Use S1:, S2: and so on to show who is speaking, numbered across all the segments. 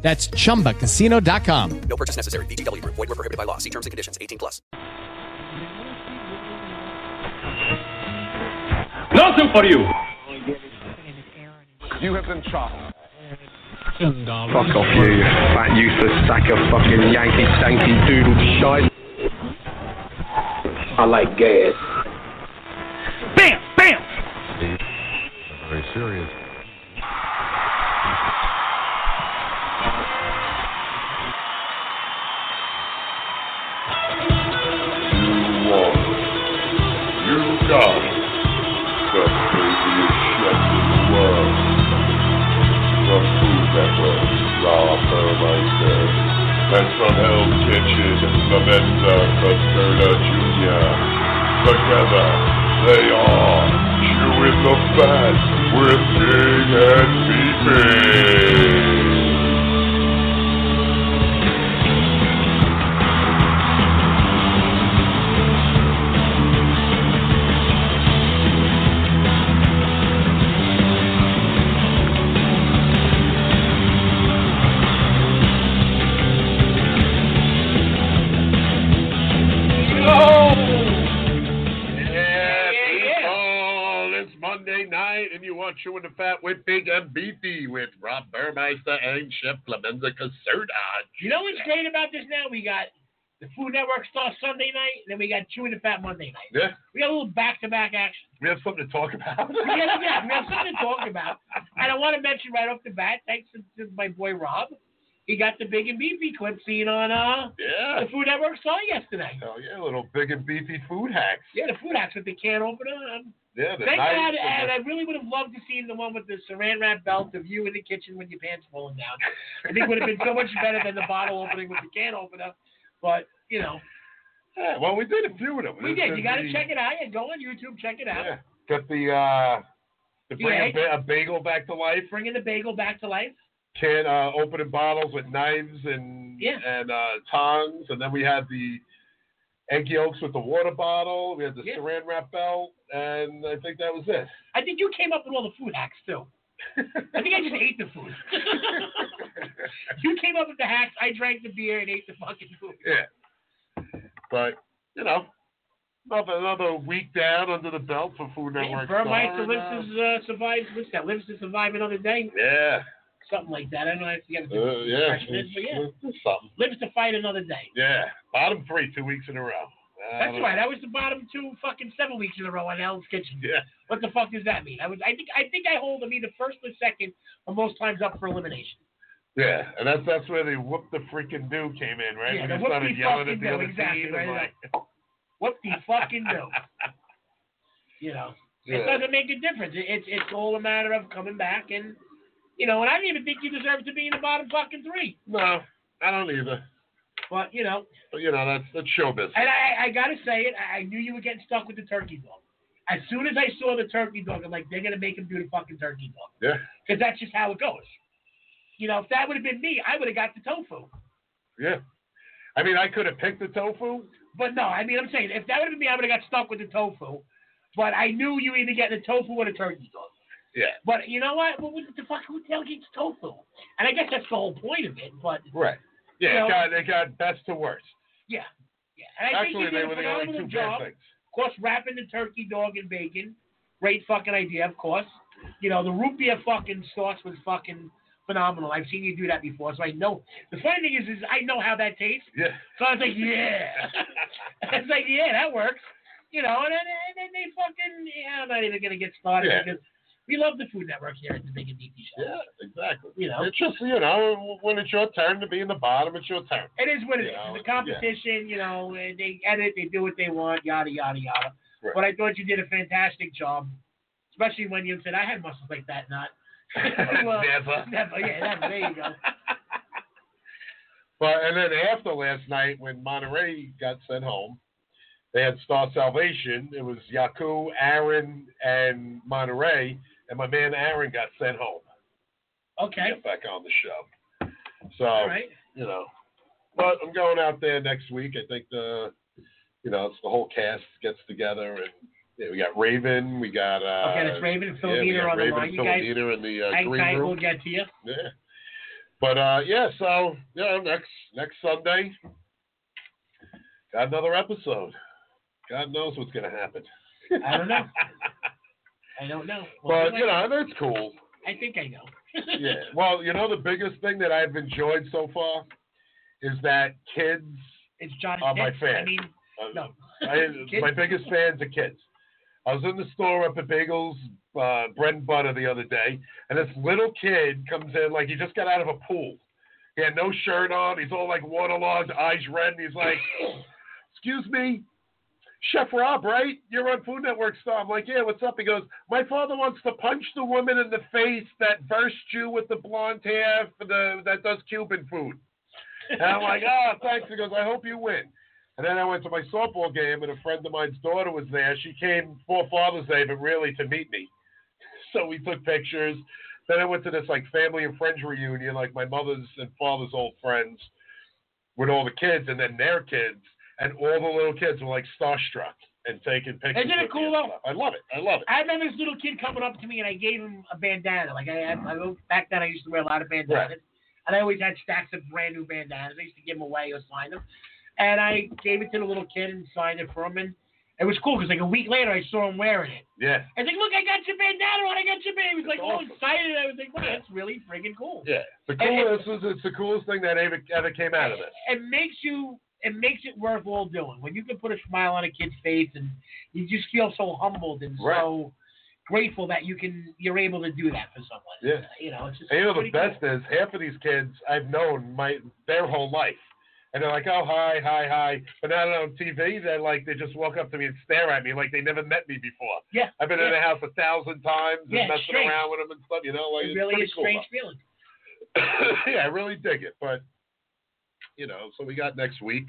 S1: That's chumbacasino.com.
S2: No purchase necessary. VGW Group. Void were prohibited by law. See terms and conditions. 18 plus.
S3: Nothing for you.
S4: You have been shot.
S5: Fuck off you, fat useless sack of fucking Yankee stanky doodle shite. I like gas.
S3: Bam, bam.
S6: very serious.
S7: You won. You got it. The craziest chef in the world. From Food Network, Rob Burmeister. And from Hell's Kitchen, Lamenta Caserta Jr. Together, they are chewing the fat with Big and Beefy.
S4: No!
S7: Yeah, people, it's Monday night, and you are chewing the fat with Big and Beefy with Rob Burmeister and Chef Ah, Clemenza Caserta.
S8: You know what's great about this now? We got the Food Network starts Sunday night, and then we got Chewing the Fat Monday night.
S7: Yeah,
S8: We got a little back to back action.
S7: we have something to talk about.
S8: We got, yeah, we have something to talk about. And I want to mention right off the bat, thanks to, to my boy Rob, he got the Big and Beefy clip seen on uh,
S7: Yeah.
S8: the Food Network star yesterday.
S7: Oh, yeah, little Big and Beefy food hacks.
S8: Yeah, the food hacks with the can opener. Um,
S7: Yeah, the
S8: thank
S7: knife
S8: God, and
S7: and
S8: I really would have loved to see the one with the saran wrap belt of you in the kitchen with your pants falling down. I think it would have been so much better than the bottle opening with the can opener. But, you know,
S7: the- yeah, well, we did a few of them.
S8: We did. You got to check it out. Yeah, go on YouTube, check it out.
S7: Yeah, got the, uh, the
S8: You
S7: bring a,
S8: ate?
S7: ba- a bagel back to life.
S8: Bringing the bagel back to life.
S7: can uh, opening bottles with knives and
S8: Yeah.
S7: and uh, tongs, and then we had the egg yolks with the water bottle. We had the
S8: Yeah.
S7: saran wrap belt, and I think that was it.
S8: I think you came up with all the food hacks too. I think I just ate the food. you came up with the hacks. I drank the beer and ate the fucking food.
S7: yeah, but you know, another another week down under the belt for Food
S8: Yeah,
S7: Network.
S8: Burmeister
S7: Star,
S8: lives
S7: and, uh,
S8: to uh, survive. What's that? Lives to survive another day.
S7: yeah,
S8: Something like that. I don't know if you got to do
S7: uh, yeah,
S8: expression is, but yeah.
S7: something.
S8: Lives to fight another day.
S7: Yeah, bottom three, two weeks in a row. Uh, I
S8: That's
S7: don't-
S8: right. That was the bottom two fucking seven weeks in a row on Hell's Kitchen.
S7: Yeah,
S8: What the fuck does that mean? I was. I think. I think I hold them either first or second, or most times up for elimination.
S7: Yeah, and that's that's where the whoop the freaking do came in, right? when
S8: Yeah, the
S7: you
S8: whoop
S7: started
S8: the
S7: yelling at
S8: fucking
S7: the
S8: do,
S7: other
S8: exactly,
S7: team and
S8: right,
S7: like,
S8: What the fucking do? You know,
S7: Yeah.
S8: it doesn't make a difference. It, it's it's all a matter of coming back and you know. And I didn't even think you deserved to be in the bottom fucking three.
S7: no, I don't either.
S8: But you know,
S7: But, you know, that's that's show business.
S8: and I I gotta say it. I I knew you were getting stuck with the turkey dog. As soon as I saw the turkey dog, I'm like, they're gonna make him do the fucking turkey dog
S7: Yeah,
S8: because that's just how it goes. You know, if that would have been me, I would have got the tofu.
S7: yeah. I mean, I could have picked the tofu.
S8: But no, I mean, I'm saying if that would have been me, I would have got stuck with the tofu. But I knew you either get the tofu or the turkey dog.
S7: Yeah,
S8: But you know what? What was it the fuck? Who tailgates tofu? And I guess that's the whole point of it. But
S7: right. Yeah,
S8: Well-
S7: it got it got best to worst.
S8: yeah, yeah. And I
S7: Actually,
S8: think you
S7: they
S8: did
S7: were
S8: a
S7: the only
S8: phenomenal
S7: two bad
S8: job.
S7: things.
S8: Of course, wrapping the turkey dog in bacon. Great fucking idea, of course. You know, the root beer fucking sauce was fucking phenomenal. I've seen you do that before, so I know. The funny thing is, is I know how that tastes.
S7: Yeah,
S8: So I was like, yeah. I was like, yeah, that works. You know, and then, and then they fucking, yeah, I'm not even going to get started
S7: Yeah.
S8: because we love the Food Network here at the Big and Beefy Show.
S7: yeah, exactly.
S8: You know.
S7: it's just you know when it's your turn to be in the bottom, it's your turn.
S8: It is what it is.
S7: Yeah,
S8: It's a competition, you know. and They edit, they do what they want, yada yada yada.
S7: Right.
S8: But I thought you did a fantastic job, especially when you said I had muscles like that. Not
S7: Never.
S8: never. Yeah, never. There you go.
S7: But and then after last night, when Monterey got sent home, they had Star Salvation. It was Yaku, Aaron, and Monterey, and my man Aaron got sent home.
S8: Okay.
S7: Get back on the show. So
S8: All right.
S7: you know, but I'm going out there next week. I think the you know it's the whole cast gets together and. Yeah, we got Raven. We got uh,
S8: Okay, that's Raven and
S7: yeah, we
S8: Philomena
S7: got
S8: on the
S7: Raven
S8: line.
S7: and
S8: You guys
S7: Philomena in the uh,
S8: hang
S7: green
S8: tight.
S7: room.
S8: We'll get to you.
S7: Yeah. But uh, yeah, so yeah, next next Sunday, got another episode. God knows what's gonna happen.
S8: I don't know. I don't know. Well,
S7: But you know, that's cool.
S8: I think I know.
S7: Yeah. Well, you know, the biggest thing that I've enjoyed so far is that kids.
S8: It's Johnny
S7: Are my
S8: Depp. I
S7: fans.
S8: mean,
S7: uh,
S8: no.
S7: I,
S8: Kids-
S7: my biggest fans are kids. I was in the store up at Bagels uh, Bread and Butter the other day, and this little kid comes in like he just got out of a pool. He had no shirt on. He's all like waterlogged, eyes red, and he's like, "Excuse me, Chef Rob, right? You're on Food Network Star." I'm like, "Yeah, what's up?" He goes, "My father wants to punch the woman in the face that versed you with the blonde hair for the that does Cuban food." And I'm like, "Ah, thanks." He goes, "I hope you win." And then I went to my softball game, and a friend of mine's daughter was there. She came for Father's Day, but really to meet me. So we took pictures. Then I went to this like family and friends reunion, like my mother's and father's old friends, with all the kids, and then their kids, and all the little kids were like starstruck and taking pictures.
S8: Isn't
S7: with
S8: it
S7: me
S8: cool,
S7: and
S8: though?
S7: stuff. I love it. I love it.
S8: I remember this little kid coming up to me and I gave him a bandana. Like I, I, I look- back then I used to wear a lot of
S7: Right.
S8: bandanas, and I always had stacks of brand new bandanas. I used to give them away or sign them, and I gave it to the little kid and signed it for him. And it was cool because like a week later I saw him wearing it.
S7: Yeah.
S8: I was like, look, I got your bandana on. I got your bandana. He was like
S7: That's
S8: all
S7: awesome.
S8: excited. I was like, wow, that's really friggin' cool.
S7: Yeah. The
S8: And-
S7: coolest was it's the coolest thing that ever, ever came out of this.
S8: It makes you. It makes it worth all doing when you can put a smile on a kid's face, and you just feel so humbled and so grateful that you can you're able to do that for someone.
S7: Yeah.
S8: you know, it's just
S7: And you know the
S8: pretty
S7: best
S8: cool.
S7: is half of these kids I've known my their whole life, and they're like, oh hi hi hi, but now that I'm on TV, they're like they just walk up to me and stare at me like they never met me before.
S8: Yeah,
S7: I've been in
S8: yeah.
S7: the house a thousand times and
S8: Yeah, it's
S7: messing
S8: strange.
S7: around with them and stuff. You know, like
S8: It
S7: it's
S8: really
S7: pretty
S8: is
S7: cool.
S8: strange feeling.
S7: yeah, I really dig it, but you know, so we got next week.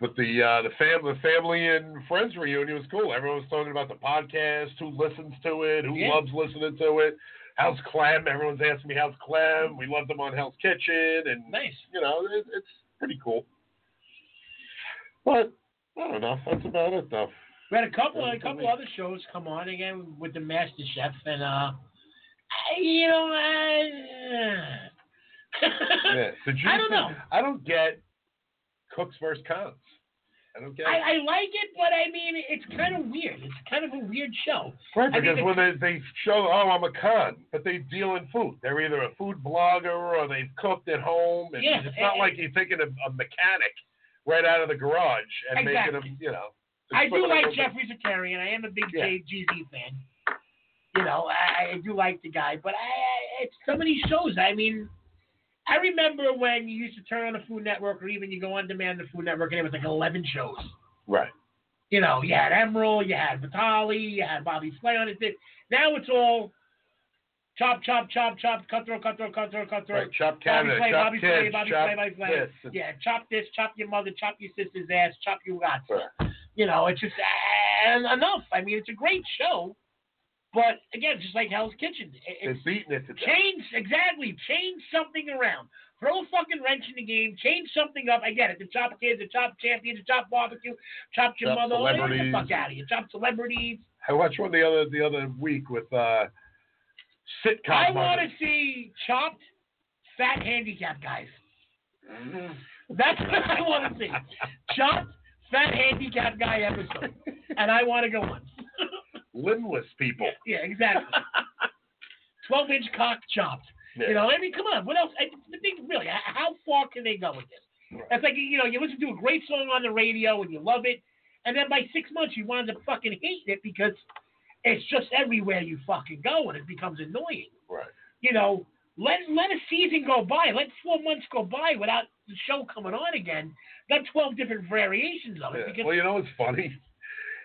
S7: But the uh, the family family and friends reunion was cool. Everyone was talking about the podcast, who listens to it, who
S8: Yeah.
S7: loves listening to it. How's Clem? Everyone's asking me how's Clem. We love them on Hell's Kitchen, and
S8: Nice.
S7: you know, it, it's pretty cool. But I don't know. That's about it, though.
S8: We had a couple
S7: Yeah,
S8: a couple
S7: definitely.
S8: other shows come on again with the Master Chef, and uh, I, you know, uh, I,
S7: Yeah. Did you
S8: I don't know.
S7: I don't get cooks versus cons. I don't get. it.
S8: I, I like it, but I mean, it's kind of weird. It's kind of a weird show.
S7: Right,
S8: I
S7: because
S8: mean,
S7: when they, they show, oh, I'm a con, but they deal in food. They're either a food blogger or they've cooked at home. And
S8: Yeah,
S7: it's not
S8: and-
S7: like you're taking a, a mechanic right out of the garage and
S8: Exactly.
S7: making them, you know. it's
S8: I do
S7: something
S8: like
S7: that-
S8: Jeffrey Zakarian. I am a big
S7: Yeah.
S8: J GZ fan. You know, I, I do like the guy, but I, I it's some of these shows. I mean, I remember when you used to turn on the Food Network, or even you go on demand the Food Network, and it was like eleven shows.
S7: Right.
S8: You know, you had Emerald, you had Vitali, you had Bobby Flay on it. Th- Now it's all chop, chop, chop, chop, cutthroat, cutthroat, cutthroat, cutthroat.
S7: Right. Chop
S8: Bobby
S7: Canada,
S8: Flay,
S7: chop
S8: Bobby
S7: kids,
S8: Flay, Bobby
S7: chop
S8: Flay, Bobby Flay.
S7: this and-
S8: Yeah, chop this, chop your mother, chop your sister's ass, chop your god.
S7: Right.
S8: You know, it's just and enough. I mean, it's a great show, but again, just like Hell's Kitchen, it-
S7: They're
S8: it's
S7: beating it to death.
S8: change exactly, change something around. Throw a fucking wrench in the game, change something up. I get it. The chop kids, the chop champions, the chop barbecue, chop your
S7: Chop
S8: mother. all that, Get the
S7: celebrities.
S8: fuck out of here. Chop celebrities.
S7: I watched one the other the other week with uh, sitcom.
S8: I want
S7: mothers.
S8: to see chopped, fat handicap guys.
S7: Mm-hmm.
S8: That's what I want to see. Chopped, fat handicap guy episode, and I want to go on.
S7: Limbless people.
S8: yeah, exactly. Twelve inch cock chopped. You know, I mean, come on. What else? I, the thing, really, h- how far can they go with this? It's like you know, you listen to a great song on the radio and you love it, and then by six months you wind up fucking hating it because it's just everywhere you fucking go and it becomes annoying.
S7: Right.
S8: You know, let let a season go by, let four months go by without the show coming on again. Got twelve different variations of it
S7: Yeah.
S8: because
S7: Well, you know what's funny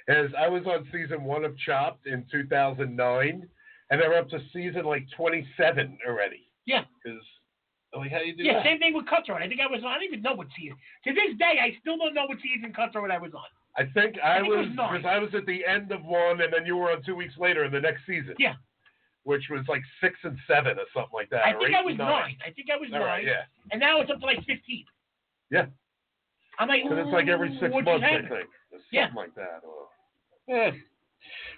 S7: is I was on season one of Chopped in 2009, and they're up to season like 27 already.
S8: Yeah.
S7: Because I'm like, how do you do
S8: Yeah,
S7: that?
S8: same thing with Cutthroat. I think I was on, I don't even know what season. To this day, I still don't know what season Cutthroat I was on.
S7: I think I,
S8: think it
S7: was
S8: was nine.
S7: because I was at the end of one, and then you were on two weeks later in the next season.
S8: Yeah.
S7: Which was like six and seven or something like that.
S8: I
S7: or eight
S8: think
S7: and
S8: I was nine. I think I was
S7: All
S8: nine.
S7: right, yeah.
S8: And now it's up to like 15.
S7: Yeah.
S8: I'm like,
S7: Because it's like every six
S8: what just
S7: months, I
S8: happened?
S7: think. or Something
S8: Yeah.
S7: like that. Or, yeah.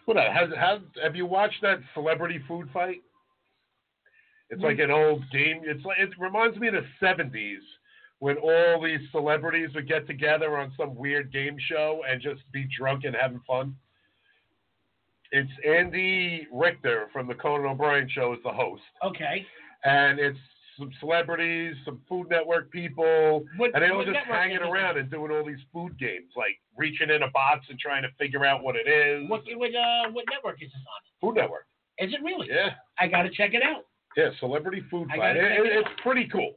S7: What else? Has, has, have you watched that celebrity food fight? It's like an old game. It's like, it reminds me of the seventies when all these celebrities would get together on some weird game show and just be drunk and having fun. It's Andy Richter from the Conan O'Brien show is the host
S8: Okay.
S7: and it's some celebrities, some Food Network people,
S8: What-
S7: and they all
S8: what
S7: just
S8: network
S7: hanging
S8: is it?
S7: around and doing all these food games, like reaching in a box and trying to figure out what it is.
S8: What, what, uh, what network is this on?
S7: Food Network?
S8: Is it really?
S7: Yeah,
S8: I got to check it out.
S7: yeah, celebrity food
S8: I
S7: fight.
S8: gotta
S7: It-
S8: check
S7: it-
S8: it out.
S7: it's pretty cool,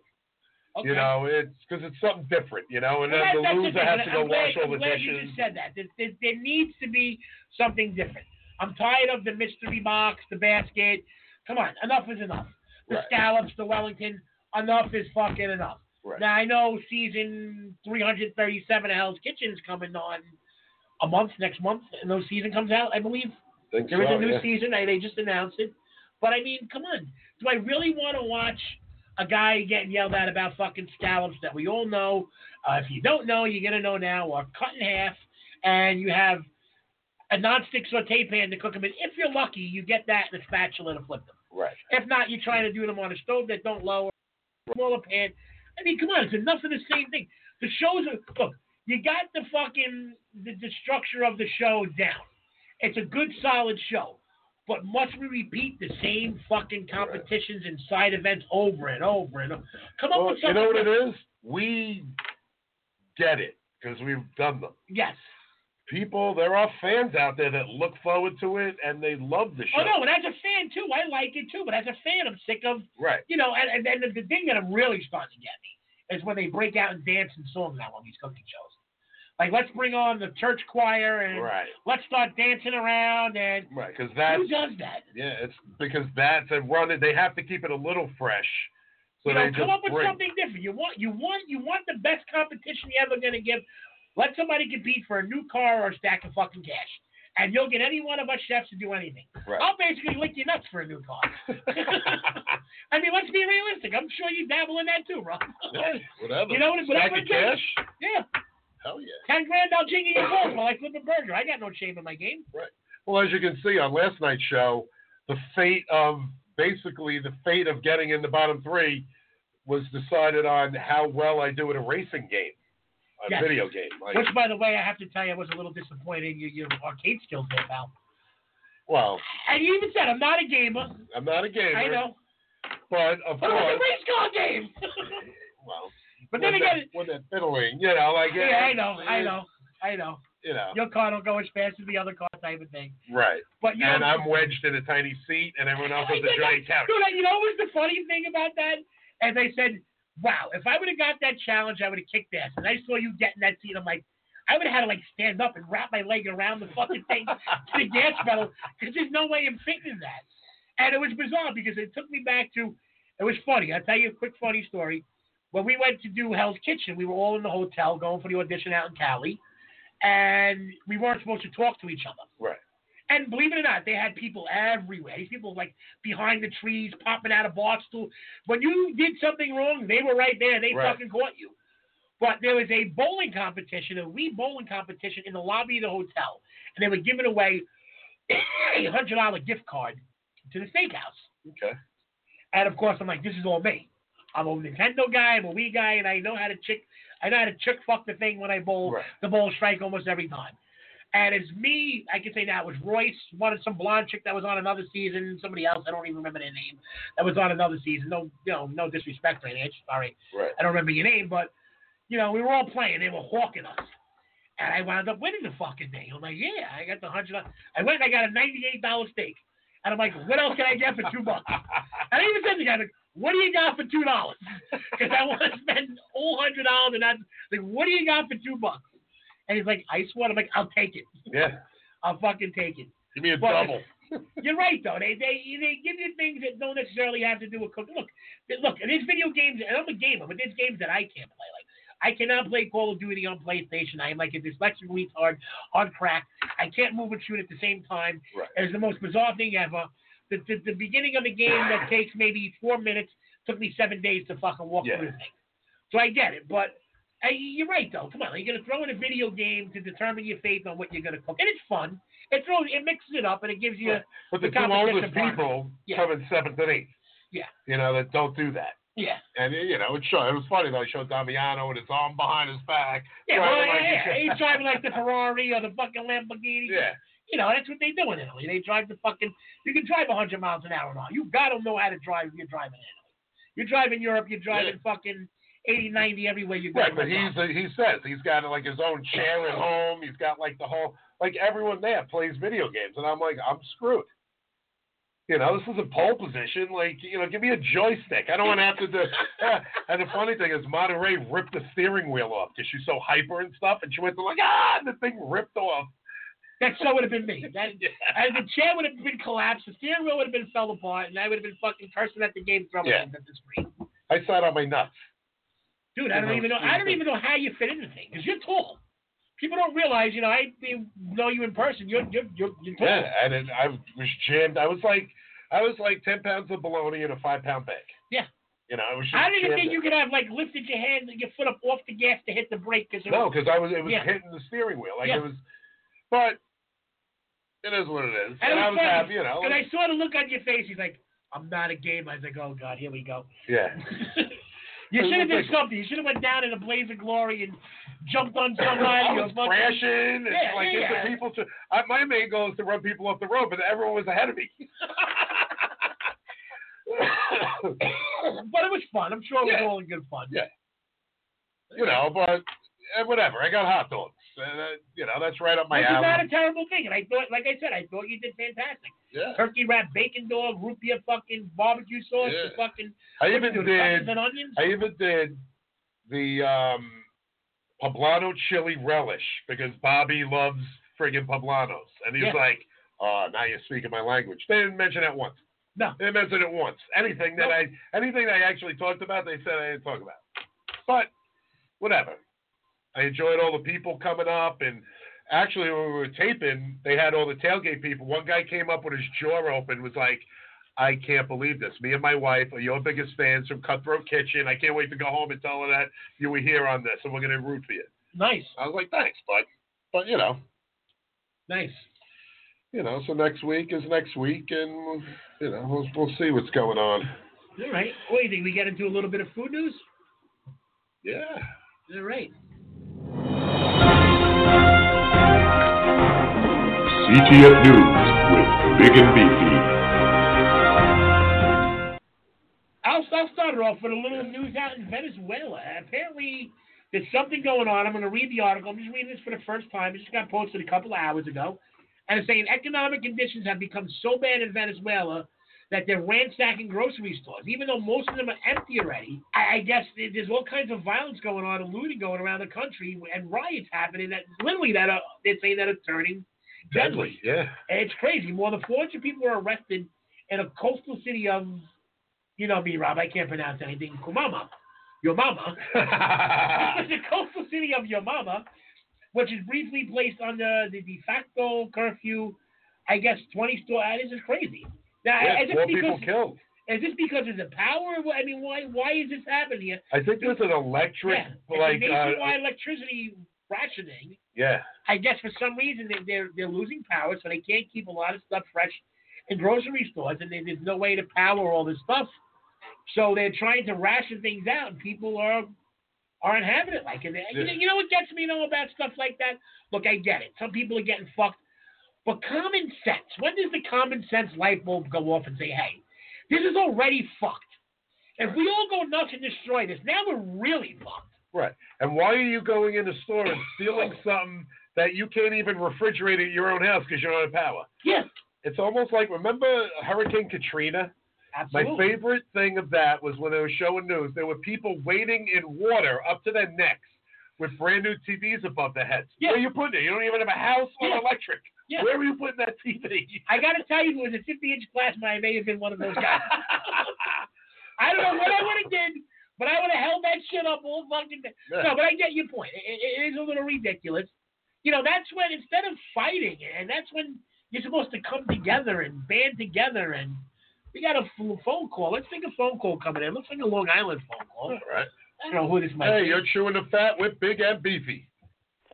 S8: Okay.
S7: you know. It's because it's something different, you know. And then
S8: Well, that-
S7: the
S8: that's the
S7: loser
S8: thing,
S7: has
S8: and
S7: to go
S8: I'm glad,
S7: wash all
S8: I'm
S7: the
S8: glad You
S7: dishes.
S8: just said that. There, there, there needs to be something different. I'm tired of the mystery box, the basket. Come on, enough is enough. The
S7: Right.
S8: scallops, the Wellington. Enough is fucking enough.
S7: Right.
S8: Now I know season 337 of Hell's Kitchen's coming on a month next month, and those season comes out, I believe.
S7: Think
S8: There is
S7: so,
S8: a new
S7: yeah.
S8: season. I, they just announced it. But I mean, come on. Do I really want to watch a guy getting yelled at about fucking scallops that we all know? Uh, if you don't know, you're gonna know now. Or cut in half, and you have a nonstick saute pan to cook them in. If you're lucky, you get that in a spatula to flip them.
S7: Right.
S8: If not, you're trying to do them on a stove that don't lower, smaller pan. I mean, come on, it's enough of the same thing. The shows are look. You got the fucking the, the structure of the show down. It's a good solid show, but must we repeat the same fucking competitions and side events over and over and over? Come up
S7: Well,
S8: with
S7: you
S8: something.
S7: know what it
S8: different.
S7: is? We get it because we've done them.
S8: Yes.
S7: People, there are fans out there that look forward to it and they love the show.
S8: Oh no, and as a fan too, I like it too. But as a fan, I'm sick of
S7: Right.
S8: you know. And, and, and the thing that I'm really starting to get me is when they break out and dance and song now on these cooking shows. Like let's bring on the church choir and
S7: Right.
S8: let's start dancing around and
S7: Right, because that's
S8: who does that?
S7: yeah, it's because that's a run. They have to keep it a little fresh, so
S8: you
S7: they
S8: know,
S7: just
S8: come up with
S7: bring-
S8: something different. You want you want you want the best competition you're ever gonna give. Let somebody compete for a new car or a stack of fucking cash. And you'll get any one of us chefs to do anything.
S7: Right.
S8: I'll basically lick your nuts for a new car. I mean, let's be realistic. I'm sure you dabble in that too, Rob.
S7: Yeah, whatever.
S8: You know what-
S7: Stack
S8: whatever
S7: of
S8: it takes.
S7: cash.
S8: yeah.
S7: Hell yeah.
S8: Ten grand I'll jiggy your balls while I flip a burger. I got no shame in my game.
S7: Well, as you can see on last night's show, the fate of basically the fate of getting in the bottom three was decided on how well I do at a racing game, a
S8: Yes.
S7: video game. Like,
S8: Which by the way I have to tell you I was a little disappointed in your, your arcade skills there, pal.
S7: well,
S8: And you even said I'm not a gamer.
S7: I'm not a gamer,
S8: I know.
S7: but of
S8: But it was
S7: course,
S8: a race car game.
S7: well,
S8: but then
S7: when
S8: again,
S7: that, when that fiddling, you know, like
S8: Yeah, I know, I know, I know.
S7: you know,
S8: Your car don't go as fast as the other car type of thing.
S7: right.
S8: But you
S7: and
S8: know,
S7: I'm wedged in a tiny seat, and everyone else has a giant couch.
S8: Dude, you know what was the funny thing about that? And they said, "Wow, if I would have got that challenge, I would have kicked ass." And I saw you getting that seat. I'm like, I would have had to like stand up and wrap my leg around the fucking thing to the gas pedal because there's no way I'm fitting in that. And it was bizarre because it took me back to. It was funny. I'll tell you a quick funny story. When we went to do Hell's Kitchen, we were all in the hotel going for the audition out in Cali, and we weren't supposed to talk to each other.
S7: Right.
S8: And believe it or not, they had people everywhere. These people like behind the trees, popping out of bar stools. When you did something wrong, they were right there. They
S7: Right.
S8: fucking caught you. But there was a bowling competition, a wee bowling competition in the lobby of the hotel, and they were giving away a hundred dollar gift card to the steakhouse.
S7: Okay.
S8: And of course, I'm like, this is all me. I'm a Nintendo guy. I'm a Wii guy, and I know how to chick. I know how to chick fuck the thing when I bowl.
S7: Right.
S8: The bowl strike almost every time. And it's me. I can say now it was Royce, one of some blonde chick that was on another season. Somebody else, I don't even remember their name, that was on another season. No, you know, no disrespect or anything. Sorry,
S7: Right.
S8: I don't remember your name, but you know, we were all playing. They were hawking us. And I wound up winning the fucking thing. I'm like, yeah, I got the hundred. I went and I got a ninety-eight dollar steak. And I'm like, what else can I get for two bucks? And I even said to the guy, like, what do you got for two dollars? Because I want to spend all hundred dollars and I'm like, what do you got for two bucks? And he's like, ice water. I'm like, I'll take it.
S7: Yeah.
S8: I'll fucking take it.
S7: Give me a
S8: Well,
S7: double.
S8: You're right though. They they they give you things that don't necessarily have to do with cooking. Look, th- look. There's video games, and I'm a gamer, but there's games that I can't play. Like I cannot play Call of Duty on PlayStation. I am like a dyslexic retard on crack. I can't move and shoot at the same time.
S7: Right.
S8: It's the most bizarre thing ever. The, the the beginning of a game that takes maybe four minutes took me seven days to fucking walk
S7: Yeah.
S8: through the thing. So I get it, but uh, you're right though. Come on, you're gonna throw in a video game to determine your faith on what you're gonna cook, and it's fun. It throws, it mixes it up, and it gives
S7: Right.
S8: you.
S7: But the, two
S8: The competition
S7: oldest
S8: part.
S7: people
S8: Yeah.
S7: come in seventh and eighth.
S8: Yeah.
S7: You know, that don't do that.
S8: Yeah.
S7: And, you know, it, show, it was funny, though. It showed Damiano with his arm behind his back.
S8: Yeah, well,
S7: driving like
S8: yeah, yeah.
S7: he's-
S8: He's driving like the Ferrari or the fucking Lamborghini.
S7: yeah.
S8: You know, that's what they do in Italy. They drive the fucking. You can drive 100 miles an hour now. You gotta know how to drive if you're driving in Italy. You're driving Europe, you're driving fucking 80, 90 everywhere you go.
S7: Right, but he's he says he's got like his own chair at home. He's got like the whole like everyone there plays video games, and I'm like I'm screwed. You know, this isn't pole position. Like you know, give me a joystick. I don't want to have to do. and the funny thing is, Monterey ripped the steering wheel off because she's so hyper and stuff, and she went to like ah, and the thing ripped off.
S8: That so would have been me. That, and the chair would have been collapsed, the steering wheel would have been fell apart, and I would have been fucking cursing at the game, throwing
S7: Yeah.
S8: things at the screen.
S7: I sat on my nuts.
S8: Dude, I don't
S7: Mhm.
S8: even know. I don't even know how you fit into things because you're tall. People don't realize, you know. I know you in person. You're you're you're, you're tall.
S7: Yeah, and it, I was jammed. I was like, I was like ten pounds of bologna in a five pound bag.
S8: Yeah.
S7: You know, I was. Just
S8: I don't even
S7: jammed
S8: think
S7: in.
S8: you could have like lifted your hand, your foot up off the gas to hit the brake because
S7: No, because I was it was
S8: Yeah.
S7: hitting the steering wheel. Like
S8: Yeah.
S7: it was, but it is what it is.
S8: And it
S7: And I
S8: was
S7: was
S8: funny,
S7: happy, you know.
S8: And I saw the look on your face. He's like, "I'm not a gamer." I was like, "Oh God, here we go."
S7: yeah.
S8: you
S7: It
S8: should have
S7: was
S8: been
S7: like-
S8: something. You should have went down in a blaze of glory and jumped on
S7: I
S8: somebody. or
S7: was
S8: fucking-
S7: crashing and
S8: Yeah,
S7: like
S8: yeah,
S7: get
S8: yeah.
S7: the people to. I, my main goal is to run people off the road, but everyone was ahead of me.
S8: but it was fun. I'm sure it was
S7: Yeah.
S8: all in good fun.
S7: Yeah. you know, but eh, whatever. I got hot dogs. And, uh, you know, that's right up my
S8: Which is not a
S7: alley.
S8: terrible thing, and I thought, like I said, I thought you did fantastic.
S7: Yeah.
S8: Turkey wrap, bacon dog, root beer, fucking barbecue sauce,
S7: Yeah.
S8: the fucking
S7: I
S8: what
S7: even
S8: you do,
S7: did.
S8: crackers and onions.
S7: I even did the um, poblano chili relish because Bobby loves friggin' poblanos, and he's
S8: Yeah.
S7: like, "Oh, now you're speaking my language." They didn't mention it once.
S8: No.
S7: they didn't mention it once. Anything that I anything I actually talked about, they said I didn't talk about. But whatever. I enjoyed all the people coming up, and actually, when we were taping, they had all the tailgate people. One guy came up with his jaw open, was like. I can't believe this. Me and my wife are your biggest fans from Cutthroat Kitchen. I can't wait to go home and tell her that you were here on this, and we're gonna root for you.
S8: nice,
S7: I was like, thanks, bud. But you know,
S8: nice.
S7: you know. So next week is next week, and you know, we'll, we'll see what's going on.
S8: All right. What do you think? We get into a little bit of food news?
S7: Yeah.
S8: All right.
S9: CTF News with Big and Beefy.
S8: I'll, I'll start it off with a little news out in Venezuela. Apparently, there's something going on. I'm going to read the article. I'm just reading this for the first time. It just got posted a couple of hours ago. And it's saying economic conditions have become so bad in Venezuela that they're ransacking grocery stores, even though most of them are empty already. I, I guess there- there's all kinds of violence going on and looting going around the country and riots happening that literally that are, they're saying that are turning deadly.
S7: Yeah.
S8: And it's crazy. More than 400 people were arrested in a coastal city of, you know me, Rob, I can't pronounce anything, Kumama, your mama. It's the coastal city of your mama, which is briefly placed under the de facto curfew. I guess 20 store. uh, This is crazy. Now,
S7: yeah
S8: is,
S7: four
S8: this
S7: people
S8: because,
S7: killed.
S8: is this because of the power? I mean, why why is this happening here?
S7: I think there's an electric,
S8: Yeah, it's a
S7: like, uh,
S8: nationwide electricity rationing.
S7: yeah.
S8: I guess for some reason they, they're they're losing power, so they can't keep a lot of stuff fresh in grocery stores, and they, there's no way to power all this stuff. So they're trying to ration things out, and people are aren't having it. Like, and they- you, know, you know what gets me though about stuff like that? Look, I get it. Some people are getting fucked, but common sense. When does the common sense light bulb go off and say, "Hey, this is already fucked. If we all go nuts and destroy this, now we're really fucked."
S7: Right. And why are you going in the store and stealing something that you can't even refrigerate at your own house because you don't have power?
S8: Yes,
S7: It's almost like remember Hurricane Katrina? My
S8: absolutely.
S7: favorite thing of that was when they were showing news. There were people wading in water up to their necks with brand new TVs above their heads.
S8: Yeah.
S7: Where are you putting it? You don't even have a house or
S8: Yeah.
S7: electric.
S8: Yeah.
S7: Where are you putting that TV?
S8: I got to tell you, it was a 50 inch plasma. I may have been one of those guys. I don't know what I would have did, but I would have held that shit up all fucking day. No, but I get your point. It- it- it is a little ridiculous. You know, that's when instead of fighting, and that's when you're supposed to come together and band together. And we got a f- phone call. Let's take a phone call coming in. Looks like a Long Island phone call.
S7: All right.
S8: I don't know who this might
S7: Hey,
S8: be.
S7: you're chewing the fat with big and beefy.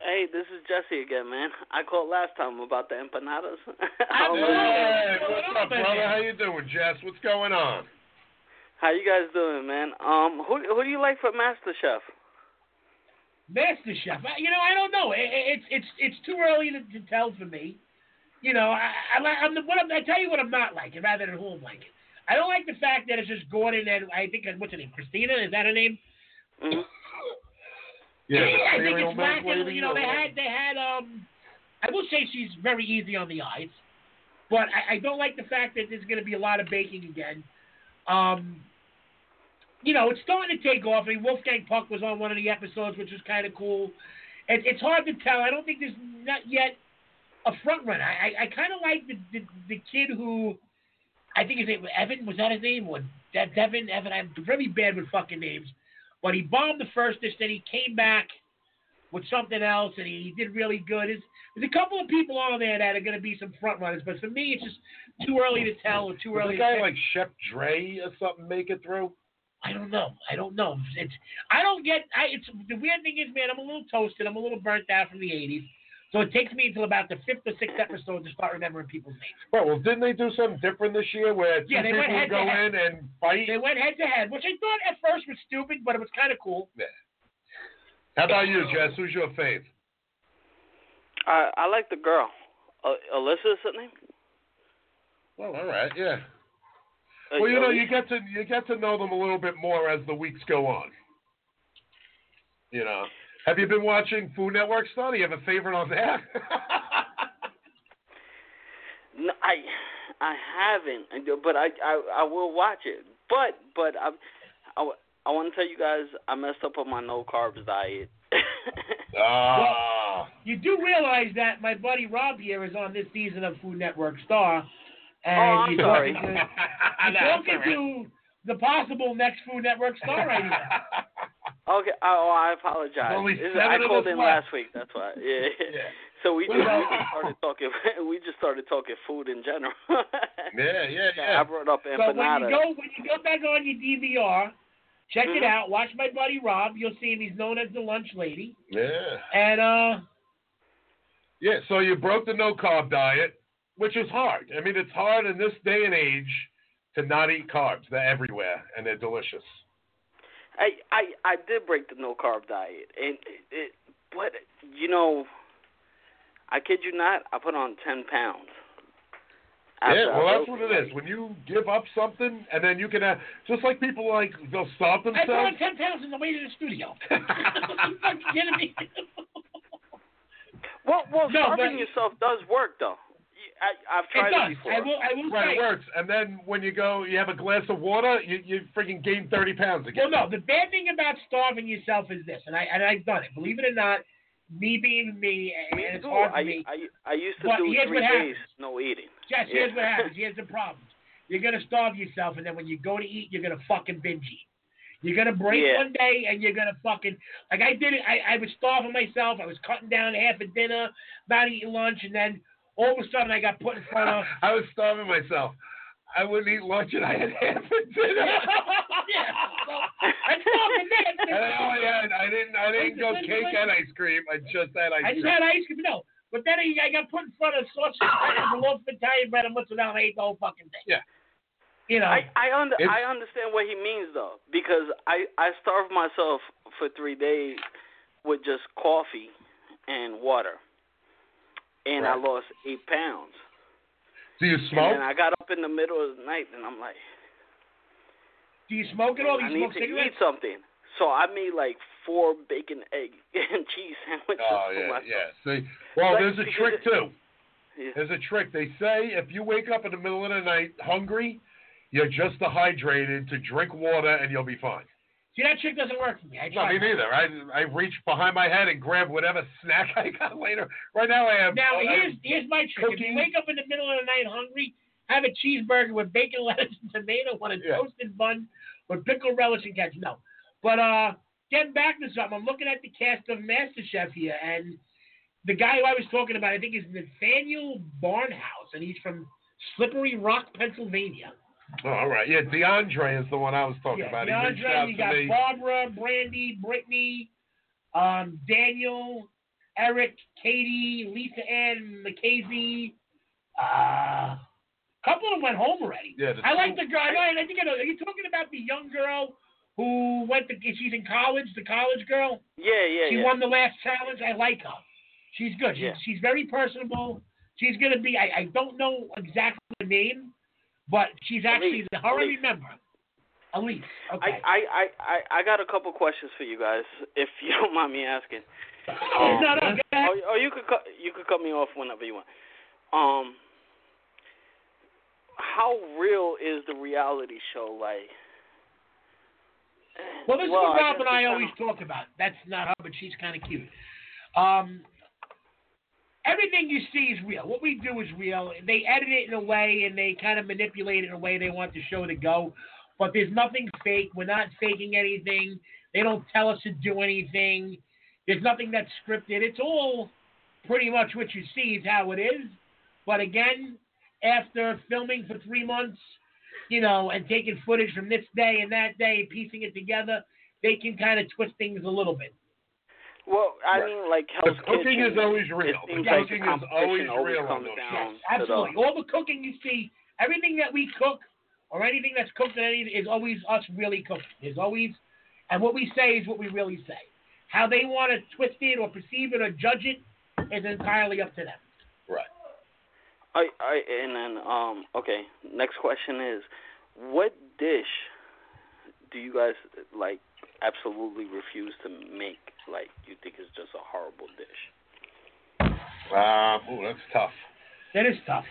S10: Hey, this is Jesse again, man. I called last time about the empanadas.
S8: Hello.
S7: Hey,
S8: What's
S7: what's
S8: going
S7: up,
S8: on, man?
S7: brother? How you doing, Jess? What's going on?
S10: How you guys doing, man? Um, who who do you like for MasterChef?
S8: Master Chef. I, you know, I don't know. I I- it's it's it's too early to, to tell for me. You know, I, I li- I'm the what I'm, I tell you what I'm not liking rather than who I'm liking. I don't like the fact that it's just Gordon and I think uh, what's her name, Christina? Is that her name?
S10: Mhm.
S7: Yeah, the
S8: I think
S7: cereal milk
S8: it's whack. and,
S7: lady
S8: You know,
S7: or
S8: they
S7: what?
S8: had they had um. I will say she's very easy on the eyes, but I, I don't like the fact that there's going to be a lot of baking again. Um, you know, it's starting to take off. I mean, Wolfgang Puck was on one of the episodes, which was kind of cool. It, it's hard to tell. I don't think there's not yet a front runner. I, I, I kind of like the, the the kid who I think his name was Evan. Was that his name? Or De- Devin? Evan? I'm very bad with fucking names. But he bombed the first dish, then he came back with something else, and he, he did really good. There's, there's a couple of people on there that are going to be some front runners, but for me, it's just too early to tell or too
S7: Was
S8: early.
S7: a
S8: to
S7: guy
S8: pick.
S7: like Shep Dre or something make it through?
S8: I don't know. I don't know. It's I don't get. I it's the weird thing is, man, I'm a little toasted. I'm a little burnt out from the '80s, so it takes me until about the fifth or sixth episode to start remembering people's names.
S7: Right. Well, didn't they do something different this year where two
S8: Yeah, they went
S7: people
S8: head to
S7: go in
S8: head.
S7: and fight?
S8: They went head to head, which I thought at first was stupid, but it was kind of cool.
S7: How about you, Jess? Who's your fave?
S10: I I like the girl, uh, Alyssa. Is her name?
S7: Well, all right, yeah.
S10: Uh,
S7: Well, you know,
S10: Elise?
S7: you get to you get to know them a little bit more as the weeks go on. You know, have you been watching Food Network? Still, do you have a favorite on that?
S10: No, I I haven't, I do- but I I, I will watch it. But but I I, w- I want to tell you guys I messed up on my no carbs diet.
S7: Ah,
S8: You do realize that my buddy Rob here is on this season of Food Network Star, and
S10: Oh, I'm
S8: you're
S10: sorry.
S8: talking to, you're talking to the possible next Food Network Star right here.
S10: okay, I, oh I apologize.
S7: There's only
S10: This is-
S7: seven
S10: I
S7: of us
S10: called in
S7: left.
S10: last week, that's why. Yeah.
S7: Yeah.
S10: So we
S7: What
S10: just, we
S7: about-
S10: just started talking. We just started talking food in general.
S7: yeah, yeah,
S10: I
S7: yeah.
S10: brought up
S8: But when you
S10: empanadas.
S8: go when you go back on your DVR, check it
S10: Mm-hmm.
S8: out. Watch my buddy Rob. You'll see him. He's known as the lunch lady.
S7: Yeah,
S8: And uh,
S7: yeah. So you broke the no carb diet, which is hard. I mean, it's hard in this day and age to not eat carbs. They're everywhere and they're delicious.
S10: I I I did break the no carb diet, and it, it but you know, I kid you not, I put on ten pounds. After
S7: Yeah,
S10: I
S7: well, that's
S10: broke
S7: what it is. When you give up something, and then you can have, just like people like they'll starve
S8: I put on
S7: themselves.
S8: ten pounds on the way to the studio. You fucking kidding me?
S10: Well, well,
S8: No, but-
S10: starving yourself does work though. I, I've
S8: it
S10: tried
S8: does.
S10: it before.
S8: I will. I will
S7: Right,
S8: say.
S7: it works. And then when you go, you have a glass of water, you you freaking gain thirty pounds
S8: Well,
S7: again.
S8: no. The bad thing about starving yourself is this, and I and I've done it. Believe it or not, me being me, and
S10: me
S8: it's
S10: too.
S8: hard for
S10: I,
S8: me.
S10: I I used to
S8: But
S10: do
S8: here's
S10: three
S8: what
S10: days
S8: happens.
S10: no eating.
S8: Jess,
S10: Yeah.
S8: here's what happens. Here's the problem. You're gonna starve yourself, and then when you go to eat, you're gonna fucking binge eat. You're gonna break
S10: Yeah.
S8: one day, and you're gonna fucking like I did it. I, I was starving myself. I was cutting down half a dinner, not eating lunch, and then all of a sudden I got put in front of.
S7: I was starving myself. I wouldn't eat lunch, and I had half a dinner.
S8: yeah, so I starved to
S7: and
S8: death.
S7: I, only had, I didn't I didn't go
S8: Listen,
S7: cake
S8: listen.
S7: and ice cream. I just had
S8: I
S7: ice
S8: just
S7: cream.
S8: had ice cream. No, but then I, I got put in front of sausage and loaf of Italian bread and mozzarella. and I ate the whole fucking thing.
S7: Yeah.
S8: You know.
S10: I I, under,
S7: It's-
S10: I understand what he means though, because I I starved myself for three days with just coffee and water, and I
S7: Right.
S10: lost eight pounds.
S7: Do you
S10: And
S7: smoke?
S10: then I got up in the middle of the night, and I'm like,
S8: Do you smoke at all? Do
S10: I
S8: you
S10: need
S8: smoke
S10: to
S8: cigarettes?
S10: eat something. So I made like four bacon, egg, and cheese sandwiches
S7: Oh
S10: for
S7: yeah,
S10: myself.
S7: yeah. See, well,
S10: Like,
S7: there's a
S10: because
S7: trick
S10: it-
S7: too.
S10: Yeah.
S7: There's a trick. They say if you wake up in the middle of the night hungry, you're just dehydrated. To drink water and you'll be fine.
S8: See, that trick doesn't work for me. I
S7: No, me
S8: try.
S7: neither. I I reach behind my head and grab whatever snack I got later. Right now I have. uh,
S8: Now
S7: I-
S8: here's here's my trick. If you
S7: Cookies.
S8: wake up in the middle of the night hungry, have a cheeseburger with bacon, lettuce, and tomato on a
S7: Yeah.
S8: toasted bun with pickle relish and ketchup. No, but uh, getting back to something, I'm looking at the cast of MasterChef here, and the guy who I was talking about, I think, is Nathaniel Barnhouse, and he's from Slippery Rock, Pennsylvania.
S7: Oh, all right. Yeah, DeAndre is the one I was talking
S8: Yeah,
S7: about. He reached
S8: DeAndre,
S7: out
S8: you
S7: to
S8: got
S7: me.
S8: Barbara, Brandy, Brittany, um, Daniel, Eric, Katie, Lisa Ann, Mackenzie. Uh, couple of them went home already.
S7: Yeah, the
S8: I
S7: two-
S8: like the girl. I, know- I think I know. Are you talking about the young girl who went to? She's in college. The college girl.
S10: Yeah, yeah,
S8: She
S10: yeah.
S8: won the last challenge. I like her. She's good. She,
S10: Yeah.
S8: She's very personable. She's gonna be. I, I don't know exactly the name, but she's actually
S10: Elise,
S8: the her I
S10: Elise.
S8: remember. Elise.
S10: I,
S8: Okay.
S10: I, I, I, I got a couple questions for you guys, if you don't mind me asking.
S8: no, no, go ahead.
S10: Or, or you could cut, you could cut me off whenever you want. Um, how real is the reality show like?
S8: Well, this
S10: Well,
S8: is
S10: I
S8: what Rob and
S10: guess
S8: I
S10: it's
S8: always talk about. That's not her, but she's kind of cute. Um, everything you see is real. What we do is real. They edit it in a way and they kind of manipulate it in a way they want the show to go. But there's nothing fake. We're not faking anything. They don't tell us to do anything. There's nothing that's scripted. It's all pretty much what you see is how it is. But again, after filming for three months, you know, and taking footage from this day and that day and piecing it together, they can kind of twist things a little bit.
S10: Well, I
S7: Right.
S10: mean, like
S7: The
S10: Hell's
S7: cooking
S10: Kitchen.
S7: is always real.
S10: It
S7: The
S10: seems like the
S7: cooking is always
S10: competition always
S7: real on
S10: comes
S7: those
S10: down
S7: shows.
S10: to
S8: Absolutely.
S10: the-
S8: All the cooking you see, everything that we cook or anything that's cooked in any is always us really cooking. Is always, and what we say is what we really say. How they want to twist it or perceive it or judge it is entirely up to them.
S10: I, I, and then, um, okay. Next question is, what dish do you guys like absolutely refuse to make? Like, you think is just a horrible dish?
S7: Um, ooh, that's tough.
S8: That is tough.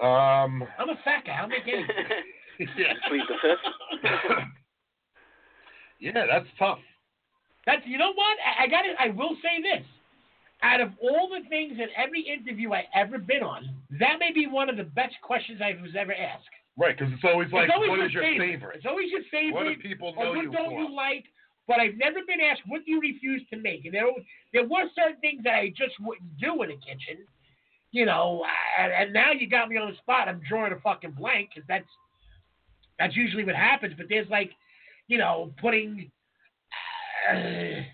S7: Um,
S8: I'm a fat guy. I'll make anything.
S7: yeah.
S10: Plead the fifth.
S7: yeah, that's tough.
S8: That's you know what I, I got it. I will say this: out of all the things in every interview I ever been on, that may be one of the best questions I was ever asked.
S7: Right, because it's always like,
S8: it's always
S7: what
S8: your
S7: is your
S8: favorite?
S7: favorite?
S8: It's always your
S7: What
S8: favorite.
S7: do people
S8: or
S7: know
S8: what
S7: you
S8: don't
S7: for?
S8: you like? But I've never been asked what do you refuse to make. And there, there were certain things that I just wouldn't do in the kitchen. You know, and, and now you got me on the spot. I'm drawing a fucking blank because that's that's usually what happens. But there's like, you know, putting uh,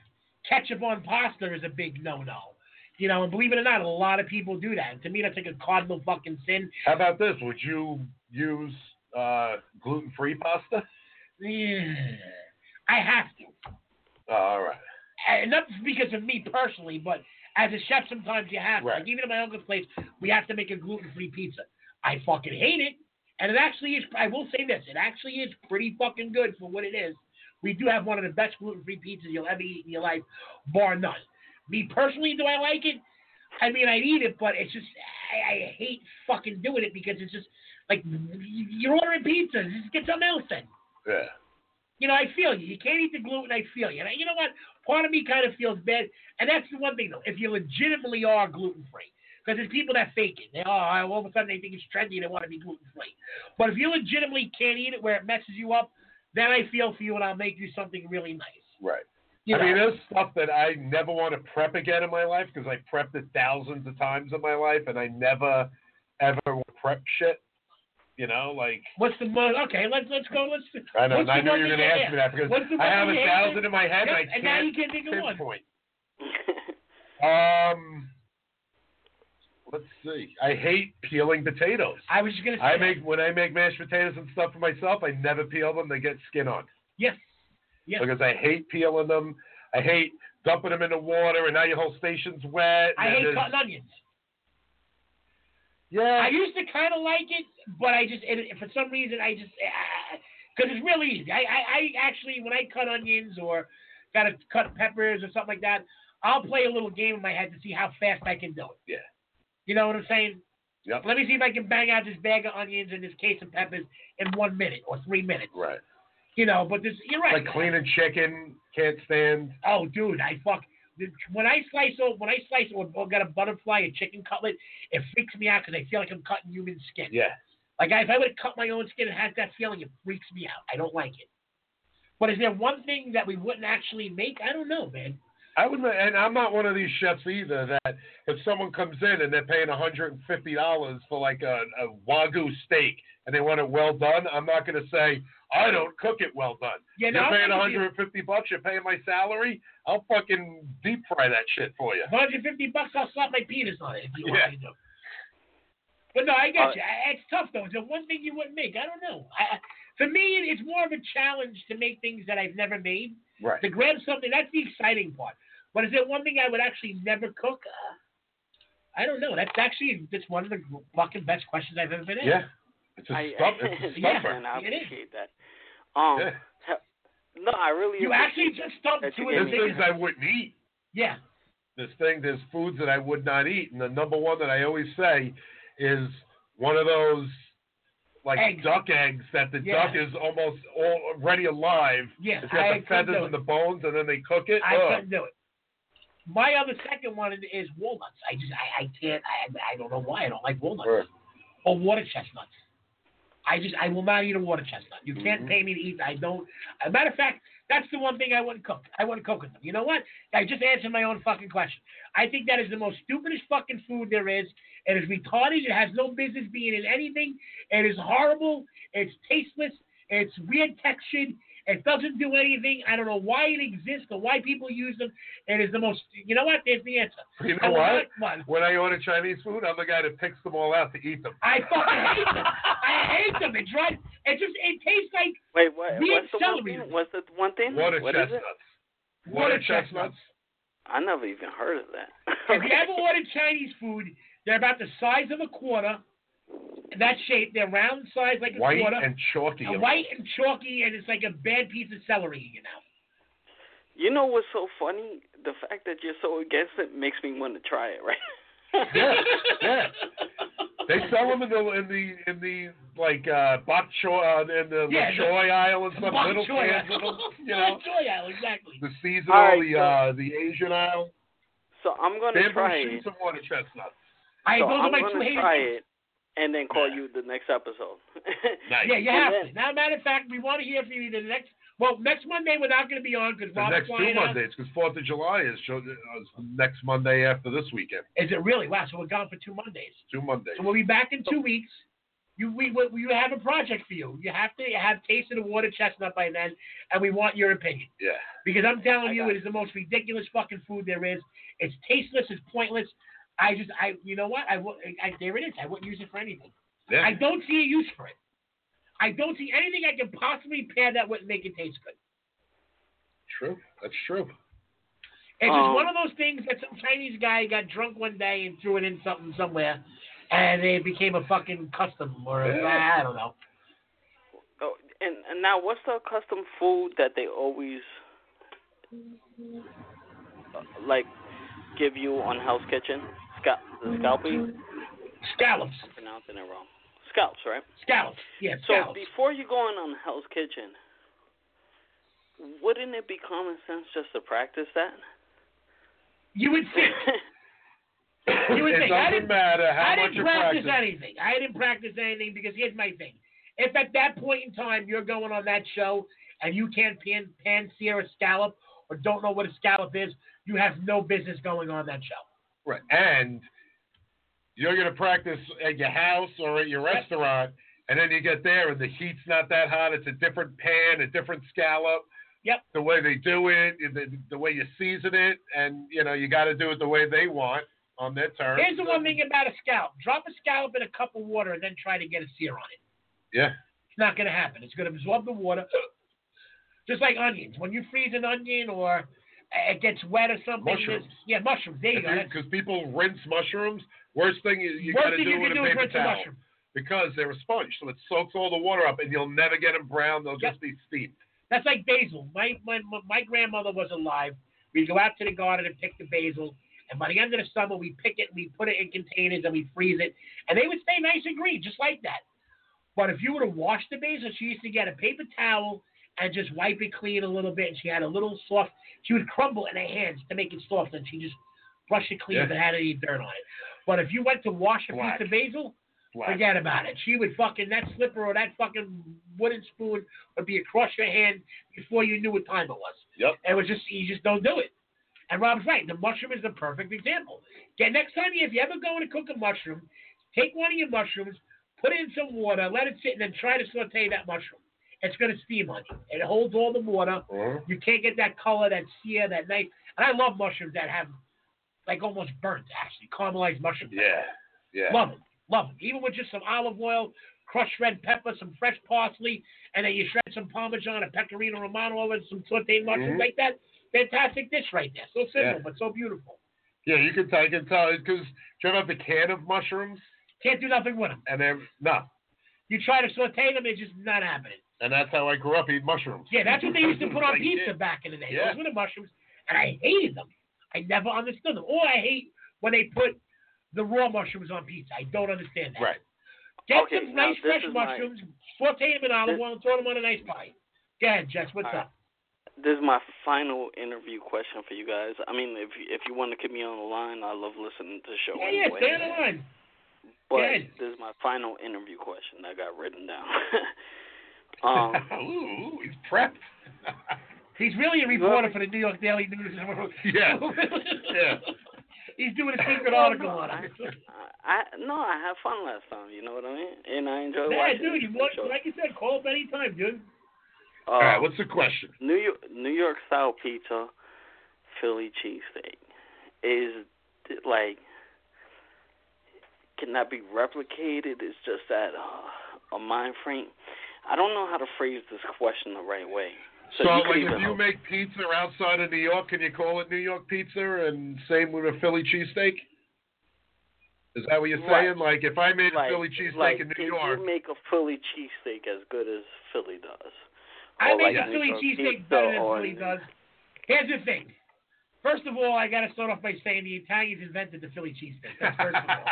S8: ketchup on pasta is a big no-no. You know, and believe it or not, a lot of people do that. And to me, that's like a cardinal fucking sin.
S7: How about this? Would you use uh, gluten-free pasta?
S8: I have to.
S7: Oh, all right.
S8: and not because of me personally, but as a chef, sometimes you have to.
S7: Right.
S8: Like even at my uncle's place, we have to make a gluten-free pizza. I fucking hate it, and it actually is. I will say this: it actually is pretty fucking good for what it is. We do have one of the best gluten-free pizzas you'll ever eat in your life, bar none. Me personally, do I like it? I mean, I eat it, but it's just I, I hate fucking doing it because it's just like you're ordering pizza. Just get something else then.
S7: Yeah.
S8: You know, I feel you. You can't eat the gluten. I feel you. And you know what? Part of me kind of feels bad. And that's the one thing, though. If you legitimately are gluten free, because there's people that fake it. They are. All of a sudden, they think it's trendy. They want to be gluten free. But if you legitimately can't eat it where it messes you up, then I feel for you and I'll make you something really nice.
S7: Right.
S8: You
S7: I
S8: know?
S7: mean, there's stuff that I never want to prep again in my life because I prepped it thousands of times in my life, and I never ever want to prep shit. You know, like
S8: What's the most? Okay, let's let's go. Let's.
S7: I know, and
S8: what's
S7: I
S8: the
S7: knew
S8: one
S7: you were going
S8: thing
S7: to
S8: you
S7: ask me that because
S8: What's the
S7: I
S8: one
S7: have a
S8: thing you hate
S7: thousand in my head,
S8: Yep,
S7: and I
S8: and now you
S7: can't
S8: can't think of one.
S7: pinpoint. Um, let's see. I hate peeling potatoes.
S8: I was just gonna say.
S7: I
S8: that.
S7: make when I make mashed potatoes and stuff for myself, I never peel them. They get skin on
S8: Yes. Yes.
S7: because I hate peeling them. I hate dumping them in the water, and now your whole station's wet.
S8: I
S7: and
S8: hate
S7: it's-
S8: cutting onions.
S7: Yeah,
S8: I used to kind of like it, but I just it, for some reason I just because it's really easy. I, I I actually when I cut onions or gotta cut peppers or something like that, I'll play a little game in my head to see how fast I can do it.
S7: Yeah.
S8: You know what I'm saying?
S7: Yep.
S8: Let me see if I can bang out this bag of onions and this case of peppers in one minute or three minutes.
S7: Right.
S8: You know, but this, you're right.
S7: Like cleaning chicken, can't stand.
S8: Oh, dude, I fuck. When I slice over, when I slice or, or got a butterfly, a chicken cutlet, it freaks me out because I feel like I'm cutting human skin.
S7: Yeah.
S8: Like if I would cut my own skin and had that feeling, it freaks me out. I don't like it. But is there one thing that we wouldn't actually make? I don't know, man.
S7: I would, and I'm not one of these chefs either. That if someone comes in and they're paying 150 dollars for like a, a wagyu steak and they want it well done, I'm not going to say I don't cook it well done.
S8: Yeah, no,
S7: you're
S8: I'm
S7: paying
S8: not gonna be-
S7: 150 bucks. You're paying my salary. I'll fucking deep fry that shit for you.
S8: 150 bucks, I'll slap my penis on it if you
S7: Yeah.
S8: want me to. But no, I get
S10: Uh,
S8: you. I- It's tough though. Is there one thing you wouldn't make? I don't know. I, I- for me, it's more of a challenge to make things that I've never made.
S7: Right.
S8: To grab something, that's the exciting part. But is there one thing I would actually never cook? Uh, I don't know. That's actually that's one of the fucking best questions I've ever been asked.
S7: Yeah. It's a
S10: I,
S7: stump. It's a
S8: Yeah.
S7: stumper.
S10: and I
S8: It is.
S10: appreciate that. Um,
S7: Yeah.
S10: he- no, I really
S8: You actually
S10: appreciate
S8: just stumped
S10: That's
S8: two of
S10: a
S7: There's
S8: the
S10: good
S7: things
S8: things.
S7: I wouldn't eat.
S8: Yeah.
S7: This thing, there's foods that I would not eat, and the number one that I always say is one of those like
S8: Eggs.
S7: duck eggs that the
S8: Yeah.
S7: duck is almost already alive.
S8: Yeah,
S7: it's
S8: I
S7: got the
S8: couldn't
S7: feathers
S8: do
S7: and the bones, and then they cook it.
S8: I
S10: Oh.
S7: Ugh.
S8: couldn't do it. My other second one is- is walnuts. I just I, I can't I I don't know why I don't like walnuts
S7: Right.
S8: or water chestnuts. I just I will not eat a water chestnut. You can't
S7: Mhm.
S8: pay me to eat. I don't. As a matter of fact, that's the one thing I wouldn't cook. I wouldn't cook with them. You know what? I just answered my own fucking question. I think that is the most stupidest fucking food there is. It is retarded. It has no business being in anything. It is horrible. It's tasteless. It's weird textured. It doesn't do anything. I don't know why it exists or why people use them. It is the most. You know what? There's the answer.
S7: You
S8: I
S7: know
S8: will
S7: what?
S8: not- what?
S7: When I order Chinese food, I'm the guy that picks them all out to eat them.
S8: I fucking hate them. I hate them. It drives. It just. It tastes like
S10: Wait, what,
S8: Me and
S10: what's the one
S8: celery.
S10: thing? What's the one thing?
S7: Water
S10: What is
S7: chestnuts.
S10: it?
S7: Water chestnuts.
S10: I never even heard of that.
S8: If you ever ordered Chinese food, they're about the size of a quarter. That shape, they're round size like a
S7: White
S8: quarter,
S7: and chalky.
S8: and white and chalky, and it's like a bad piece of celery, you know.
S10: You know what's so funny? The fact that you're so against it makes me want to try it, right?
S7: Yeah, yeah. They sell them in the in the in the like uh, bok choy uh, in the
S8: Yeah,
S7: La choy aisle and stuff.
S8: Bok
S7: Little
S8: choy
S7: cans of
S8: aisle.
S7: them, you know,
S8: Bok choy aisle, exactly.
S7: the seasonal,
S10: All right,
S7: the
S10: so-
S7: uh, the Asian aisle.
S10: so I'm gonna
S7: Bamboo
S10: try it.
S7: shoots and water chestnuts.
S8: I
S10: so
S8: those are
S10: I'm
S8: my two
S10: gonna
S8: hated
S10: try
S8: foods.
S10: it, and then call you the next episode.
S7: Nice.
S8: Yeah, you
S10: And
S8: have
S10: then-
S8: to. Now, matter of fact, we want to hear from you the next. Well, next Monday we're not going to be on because
S7: The
S8: Rob's
S7: next two
S8: flying out.
S7: Mondays, because Fourth of July is, show, uh, is next Monday after this weekend.
S8: Is it really? Wow, so we're gone for two Mondays.
S7: Two Mondays.
S8: So we'll be back in two weeks. You we, we you have a project for you. You have to have tasted a water chestnut by then, and we want your opinion
S7: Yeah.
S8: because I'm telling
S10: I
S8: you,
S10: got
S8: it is the most ridiculous fucking food there is. It's tasteless. It's pointless. I just I you know what I, wo- I there it is. I wouldn't use it for anything.
S7: Yeah.
S8: I don't see a use for it. I don't see anything I can possibly pair that would make it taste good.
S7: True. That's true.
S8: It's just
S10: Um,
S8: one of those things that some Chinese guy got drunk one day and threw it in something somewhere, and it became a fucking custom or a-
S7: Yeah.
S8: I don't know.
S10: Oh, and, and now, what's the custom food that they always uh, like give you on House Kitchen? Scalp, the
S8: Mm-hmm.
S10: scalpy?
S8: Scallops,
S10: I'm pronouncing it wrong. Scalps, right?
S8: scallops, yeah,
S10: So
S8: scallops.
S10: before you go on on Hell's Kitchen, wouldn't it be common sense just to practice that?
S8: you would think. You would
S7: it
S8: think, I
S7: doesn't
S8: didn't-
S7: matter how
S8: I
S7: much you
S8: didn't practice,
S7: practice.
S8: anything. I didn't practice anything because here's my thing: if at that point in time you're going on that show and you can't pan pan sear a scallop or don't know what a scallop is, you have no business going on that show.
S7: Right. And you're going to practice at your house or at your restaurant, and then you get there and the heat's not that hot. It's a different pan, a different scallop.
S8: Yep.
S7: The way they do it, the, the way you season it, and you know you got to do it the way they want on their terms.
S8: Here's the one thing about a scallop: drop a scallop in a cup of water and then try to get a sear on it.
S7: Yeah.
S8: It's not going to happen. It's going to absorb the water, just like onions. When you freeze an onion or it gets wet or something,
S7: Mushrooms.
S8: it's- yeah, mushrooms. There you go. That's-
S7: Because people rinse mushrooms. Worst thing you, you
S8: Worst
S7: got to
S8: thing
S7: do
S8: you
S7: with
S8: can
S7: a
S8: do is
S7: paper
S8: rinse a
S7: towel
S8: mushroom.
S7: because they're a sponge, so it soaks all the water up, and you'll never get them brown. They'll
S8: Yep.
S7: just be steamed.
S8: That's like basil. My my my- my grandmother was alive. We'd go out to the garden and pick the basil, and by the end of the summer, we pick it, we put it in containers, and we freeze it, and they would stay nice and green, just like that. But if you were to wash the basil, she used to get a paper towel and just wipe it clean a little bit. And she had a little soft. She would crumble in her hands to make it soft, and she just brushed it clean if
S7: Yeah.
S8: it had any dirt on it. But if you went to wash a
S7: Black.
S8: piece of basil,
S7: Black.
S8: forget about it. She would fucking that slipper or that fucking wooden spoon would be across your hand before you knew what time it was.
S7: Yep.
S8: And it was just you just don't do it. And Rob's right. The mushroom is the perfect example. Get next time you- if you ever go and cook a mushroom, take one of your mushrooms, put it in some water, let it sit, and then try to saute that mushroom. It's going to steam on you. It holds all the water.
S7: Uh-huh.
S8: You can't get that color, that sear, that nice. And I love mushrooms that have like almost burnt, actually, caramelized mushrooms.
S7: Yeah. Yeah.
S8: Love them. Love them. Even with just some olive oil, crushed red pepper, some fresh parsley, and then you shred some Parmesan, a pecorino romano over it, some sauteed mushrooms
S7: Mhm.
S8: like that. Fantastic dish right there. So simple,
S7: Yeah.
S8: but so beautiful.
S7: Yeah, you can tell. You can tell because you ever have the can of mushrooms,
S8: Can't do nothing with them.
S7: and they're no,
S8: You try to saute them, it's just not happening.
S7: and that's how I grew up eating mushrooms.
S8: Yeah, that's what they used to put on
S7: Like,
S8: pizza back in the day.
S7: Yeah.
S8: Those were the mushrooms, and I hated them. I never understood them. Or I hate when they put the raw mushrooms on pizza. I don't understand that.
S7: Right.
S8: Get
S10: Okay,
S8: some
S10: now
S8: nice
S10: this
S8: fresh
S10: is my-
S8: mushrooms, saute them in olive oil, and throw them on a nice pie. Go ahead, Jess. What's
S10: All
S8: up?
S10: This is my final interview question for you guys. I mean, if if you want to keep me on the line, I love listening to the show.
S8: Yeah, yeah,
S10: anyway.
S8: stay on the line.
S10: But
S8: Good.
S10: this is my final interview question. I got written down. um,
S7: Ooh, he's prepped.
S8: He's really a reporter for the New York Daily News.
S7: Yeah. Yeah.
S8: He's doing a secret article on it.
S10: I no, I had fun last time. You know what I mean? And I enjoyed
S8: Yeah,
S10: watching.
S8: dude, you
S10: the
S8: want,
S10: show.
S8: like you said, call up anytime, dude.
S10: Uh,
S7: All right, what's the question?
S10: New York New York style pizza, Philly cheesesteak is like can that be replicated? It's just that uh, a mind frame. I don't know how to phrase this question the right way. So,
S7: So,
S10: you could
S7: like,
S10: even
S7: if you
S10: help.
S7: make pizza outside of New York, can you call it New York pizza? And same with a Philly cheesesteak. Is that what you're
S10: Right.
S7: saying? Like, if I made
S10: like,
S7: a Philly cheesesteak
S10: like,
S7: in New
S10: can
S7: York,
S10: you make a Philly cheesesteak as good as Philly does?
S8: I
S10: Or
S8: make
S10: like
S8: a Philly
S10: Negro
S8: cheesesteak
S10: pizza
S8: better than
S10: or-
S8: Philly does. Here's the thing. First of all, I got to start off by saying the Italians invented the Philly cheesesteak. That's first of all.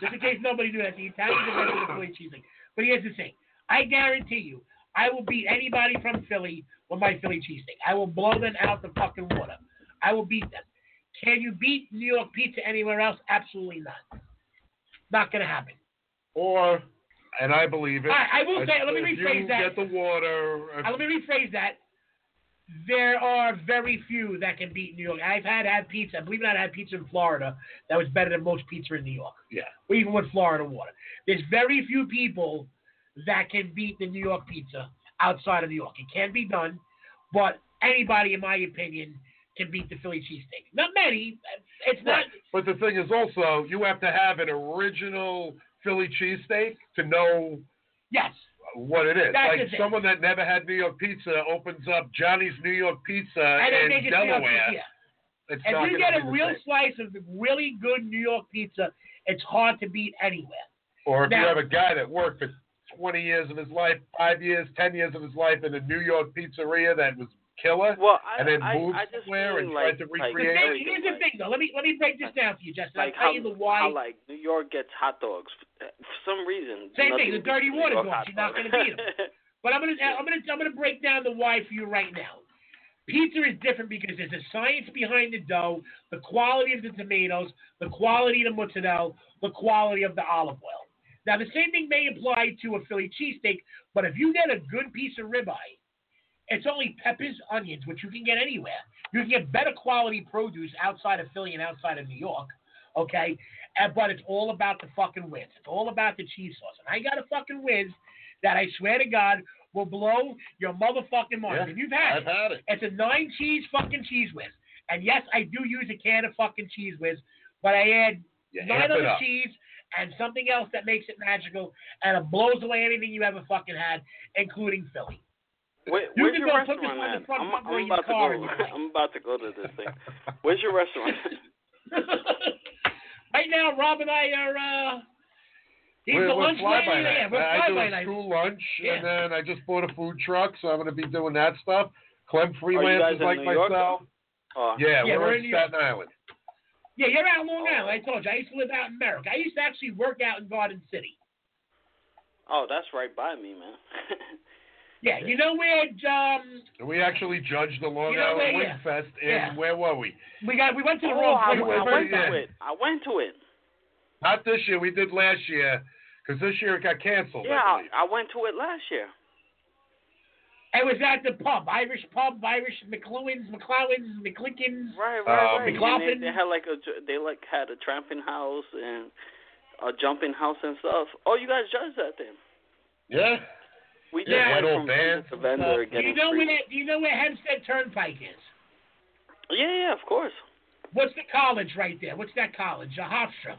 S8: Just in case nobody knew that, the Italians invented the Philly cheesesteak. But here's the thing. I guarantee you, I will beat anybody from Philly with my Philly cheesesteak. I will blow them out the fucking water. I will beat them. Can you beat New York pizza anywhere else? Absolutely not. Not going to happen.
S7: or, and I believe it.
S8: I- I will say- let me
S7: if
S8: rephrase
S7: you Get
S8: that.
S7: the water. if-
S8: Uh, let me rephrase that. There are very few that can beat New York. I've had had pizza. Believe it or not, I had pizza in Florida that was better than most pizza in New York,
S7: yeah.
S8: or even with Florida water. There's very few people that can beat the New York pizza outside of New York. It can be done, but anybody, in my opinion, can beat the Philly cheesesteak. Not many. It's not.
S7: Right. But the thing is also, you have to have an original Philly cheesesteak to know
S8: Yes.
S7: what it is.
S8: That's
S7: like
S8: the thing.
S7: someone that never had New York pizza opens up Johnny's New York Pizza
S8: And
S7: in
S8: then make it New York
S7: Uh, Delaware.
S8: pizza.
S7: It's not
S8: If
S7: gonna
S8: you get
S7: be
S8: a
S7: the
S8: real
S7: same.
S8: slice of really good New York pizza, it's hard to beat anywhere.
S7: or if you
S8: now-
S7: have a guy that worked for 20 years of his life, five years, 10 years of his life in a New York pizzeria that was killer,
S10: Well, I,
S7: and then
S10: I,
S7: moved
S10: I just
S7: somewhere
S10: mean
S7: and
S10: like,
S7: tried to
S10: like,
S8: But
S7: recreate
S8: then,
S10: American,
S8: here's the
S10: like-
S8: thing, though. Let me let me break this down for you, Justin.
S10: like
S8: I'll tell
S10: how,
S8: you the why.
S10: how like New York gets hot dogs for some reason.
S8: Same
S10: nothing
S8: thing, the
S10: beats
S8: dirty
S10: New
S8: water
S10: York
S8: dogs,
S10: hot
S8: you're not
S10: dogs.
S8: gonna beat 'em. but I'm gonna I'm gonna I'm gonna break down the why for you right now. Pizza is different because there's a science behind the dough, the quality of the tomatoes, the quality of the mozzarella, the quality of the olive oil. Now the same thing may apply to a Philly cheesesteak, but if you get a good piece of ribeye, it's only peppers, onions, which you can get anywhere. You can get better quality produce outside of Philly and outside of New York, okay? And, but it's all about the fucking whiz. It's all about the cheese sauce. And I got a fucking whiz that I swear to God will blow your motherfucking mind.
S7: Yeah,
S8: and you've had
S7: I've had it.
S8: it's a nine cheese fucking cheese whiz. And yes, I do use a can of fucking cheese whiz, but I add
S7: Yeah,
S8: nine
S7: amp it
S8: other
S7: up.
S8: cheese and something else that makes it magical, and it blows away anything you ever fucking had, including Philly.
S10: Wait,
S8: You
S10: where's
S8: can
S10: your
S8: go put
S10: restaurant
S8: this on the
S10: at?
S8: front
S10: I'm,
S8: bumper of
S10: I'm
S8: your
S10: about to
S8: car
S10: go.
S8: and you're
S10: I'm about to go to this thing. Where's your restaurant?
S8: right now, Rob and I are. Uh, he's
S7: We're,
S8: the
S7: we're
S8: lunch
S7: fly by
S8: lady. Yeah,
S7: night.
S8: we're
S7: I
S8: fly
S7: do
S8: by
S7: a
S8: night.
S7: school lunch,
S8: Yeah.
S7: and then I just bought a food truck, so I'm going to be doing that stuff. Clem
S10: guys
S7: freelancers
S10: in
S7: like
S10: New York,
S7: myself.
S10: Oh,
S7: yeah,
S8: Yeah,
S7: we're,
S8: we're in
S7: in
S8: New
S7: Staten Island.
S8: Yeah, you're out in Long Island. I told you. I used to live out in Merrick. I used to actually work out in Garden City.
S10: oh, that's right by me, man.
S8: Yeah, you know where um
S7: We actually judged the Long
S8: You know
S7: Island
S8: where-
S7: Wing
S8: yeah.
S7: Fest, and
S8: Yeah.
S7: where were we?
S8: we got we went to the
S10: Oh,
S8: wrong place.
S10: I, I went
S7: Yeah.
S10: to it. I went to it.
S7: Not this year. We did last year, because this year it got canceled.
S10: Yeah,
S7: I
S10: I,
S7: believe.
S10: I went to it last year.
S8: It was at the pub, Irish pub, Irish McLuhan's, McClellan's, McClickins.
S10: Right,
S7: Um,
S10: right, right. And
S8: McLaughlin?
S10: they, they had like a ju- they like had a tramping house and a jumping house and stuff. Oh, you guys judged that then?
S7: Yeah.
S10: We did
S7: Yeah,
S10: went
S7: little
S10: from
S7: bands
S10: vendor to vendor
S8: Do
S10: getting
S8: you know
S10: free.
S8: where that, do you know where Hempstead Turnpike is?
S10: Yeah, yeah, of course.
S8: What's the college right there? What's that college? A Hofstra.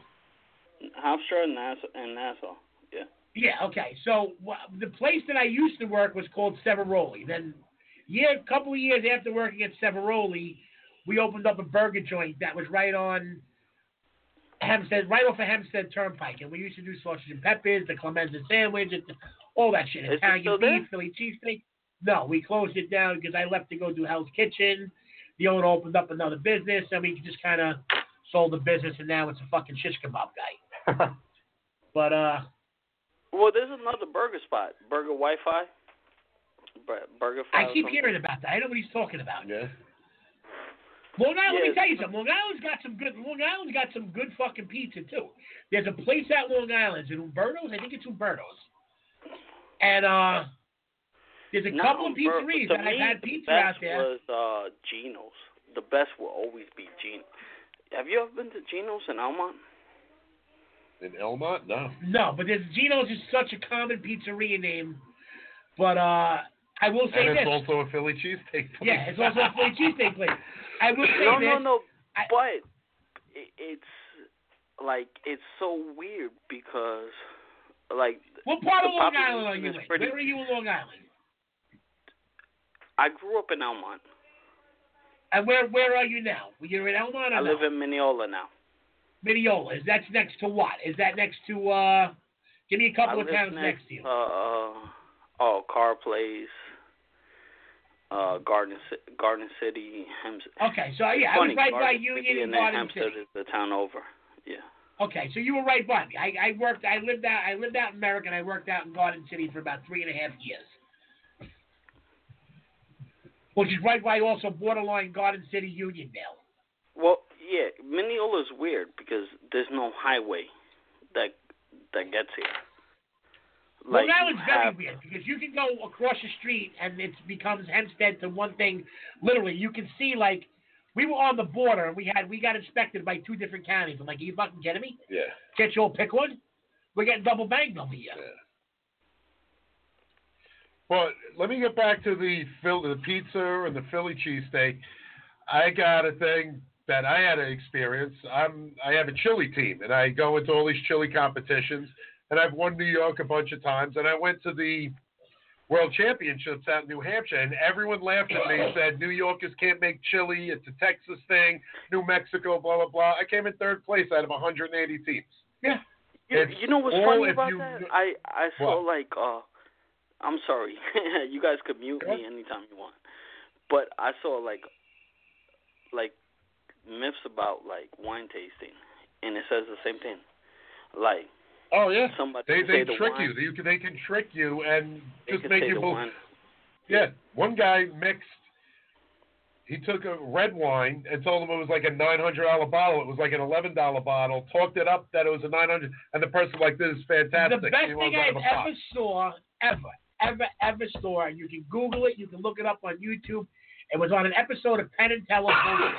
S10: Hofstra and Nassau and Nassau. Yeah.
S8: Yeah, okay. So wha- the place that I used to work was called Severoli. Then, yeah, a couple of years after working at Severoli, we opened up a burger joint that was right on Hempstead, right off of Hempstead Turnpike, and we used to do sausage and peppers, the Clemenza sandwich, and all that shit.
S10: Is it
S8: Italian
S10: still
S8: beef,
S10: there?
S8: Philly cheesesteak. No, we closed it down because I left to go do Hell's Kitchen. The owner opened up another business, and we just kind of sold the business, and now it's a fucking shish kebab guy. but uh.
S10: Well, there's another burger spot, Burger Wi-Fi. Bur- Burger. Fi
S8: I
S10: or
S8: keep
S10: something.
S8: hearing about that. I know what he's talking about.
S7: Yeah.
S8: Long Island, let me
S10: Yes.
S8: tell you something. Long Island's got some good. Long Island's got some good fucking pizza too. There's a place at Long Island, is it Umberto's? I think it's Umberto's. And uh, there's a
S10: No,
S8: couple of
S10: Bur-
S8: pizzeries
S10: to
S8: that
S10: me,
S8: I've had
S10: the
S8: pizza
S10: best
S8: out there.
S10: Was uh, Geno's. The best will always be Geno. Have you ever been to Geno's in Elmont?
S7: In Elmont? No.
S8: No, but there's Geno's is such a common pizzeria name. But uh, I will say
S7: And it's
S8: this.
S7: also a Philly cheesesteak. place.
S8: yeah, it's also a Philly cheesesteak place. I will say
S10: No,
S8: this.
S10: no, no.
S8: I-
S10: But it, it's like it's so weird because like
S8: What part
S10: The
S8: of Long
S10: population
S8: Island are you
S10: is
S8: in?
S10: pretty-
S8: Where are you in Long Island?
S10: I grew up in Elmont.
S8: And where where are you now? You're in Elmont. or
S10: I live
S8: no?
S10: in Mineola now.
S8: Mineola. Is that's next to what? Is that next to uh give me a
S10: I
S8: couple
S10: live
S8: of towns
S10: next,
S8: next to you.
S10: Uh, uh, oh, Car Place, uh, Garden, Ci- Garden City, Hems-
S8: okay, so yeah, I was
S10: Funny,
S8: right by
S10: Garden
S8: Union
S10: City
S8: and
S10: then
S8: Garden
S10: Hempstead
S8: City.
S10: is the town over. Yeah.
S8: Okay, so you were right by me. I, I worked I lived out I lived out in Merrick and I worked out in Garden City for about three and a half years. Which is right by also borderline Garden City Uniondale.
S10: Well, yeah, Mineola's weird because there's no highway that that gets here.
S8: Well, that
S10: you
S8: was very
S10: have-
S8: weird because you can go across the street and it becomes Hempstead to one thing. Literally, you can see like we were on the border and we had we got inspected by two different counties. I'm like, are you fucking kidding me?
S7: Yeah.
S8: Can't you all pick one? We're getting double banged over here.
S7: But let me get back to the Phil, the pizza and the Philly cheesesteak. I got a thing that I had to experience. I'm I have a chili team, and I go into all these chili competitions, and I've won New York a bunch of times, and I went to the World Championships out in New Hampshire, and everyone laughed at me and said New Yorkers can't make chili. It's a Texas thing. New Mexico, blah blah blah. I came in third place out of 180 teams.
S10: You,
S7: It's
S10: you know what's
S7: all
S10: funny
S7: if
S10: about
S7: you-
S10: that? I I
S7: What?
S10: saw like uh, I'm sorry, you guys could mute me anytime you want, but I saw like like myths about like wine tasting, and it says the same thing. Like
S7: Oh yeah.
S10: somebody
S7: They
S10: can
S7: they
S10: say the
S7: trick
S10: wine,
S7: you. They can, they can trick you and
S10: they
S7: just
S10: could
S7: make
S10: say
S7: you
S10: the
S7: believe.
S10: wine.
S7: Yeah, one guy mixed. He took a red wine and told him it was like a nine hundred dollar bottle. It was like an eleven dollar bottle. Talked it up that it was a nine hundred, and the person like this is fantastic.
S8: The
S7: He
S8: best
S7: wants
S8: thing
S7: out of
S8: I've
S7: a
S8: ever
S7: box.
S8: saw, ever, ever, ever saw, and you can Google it, you can look it up on YouTube. It was on an episode of Penn and Teller Bullshit.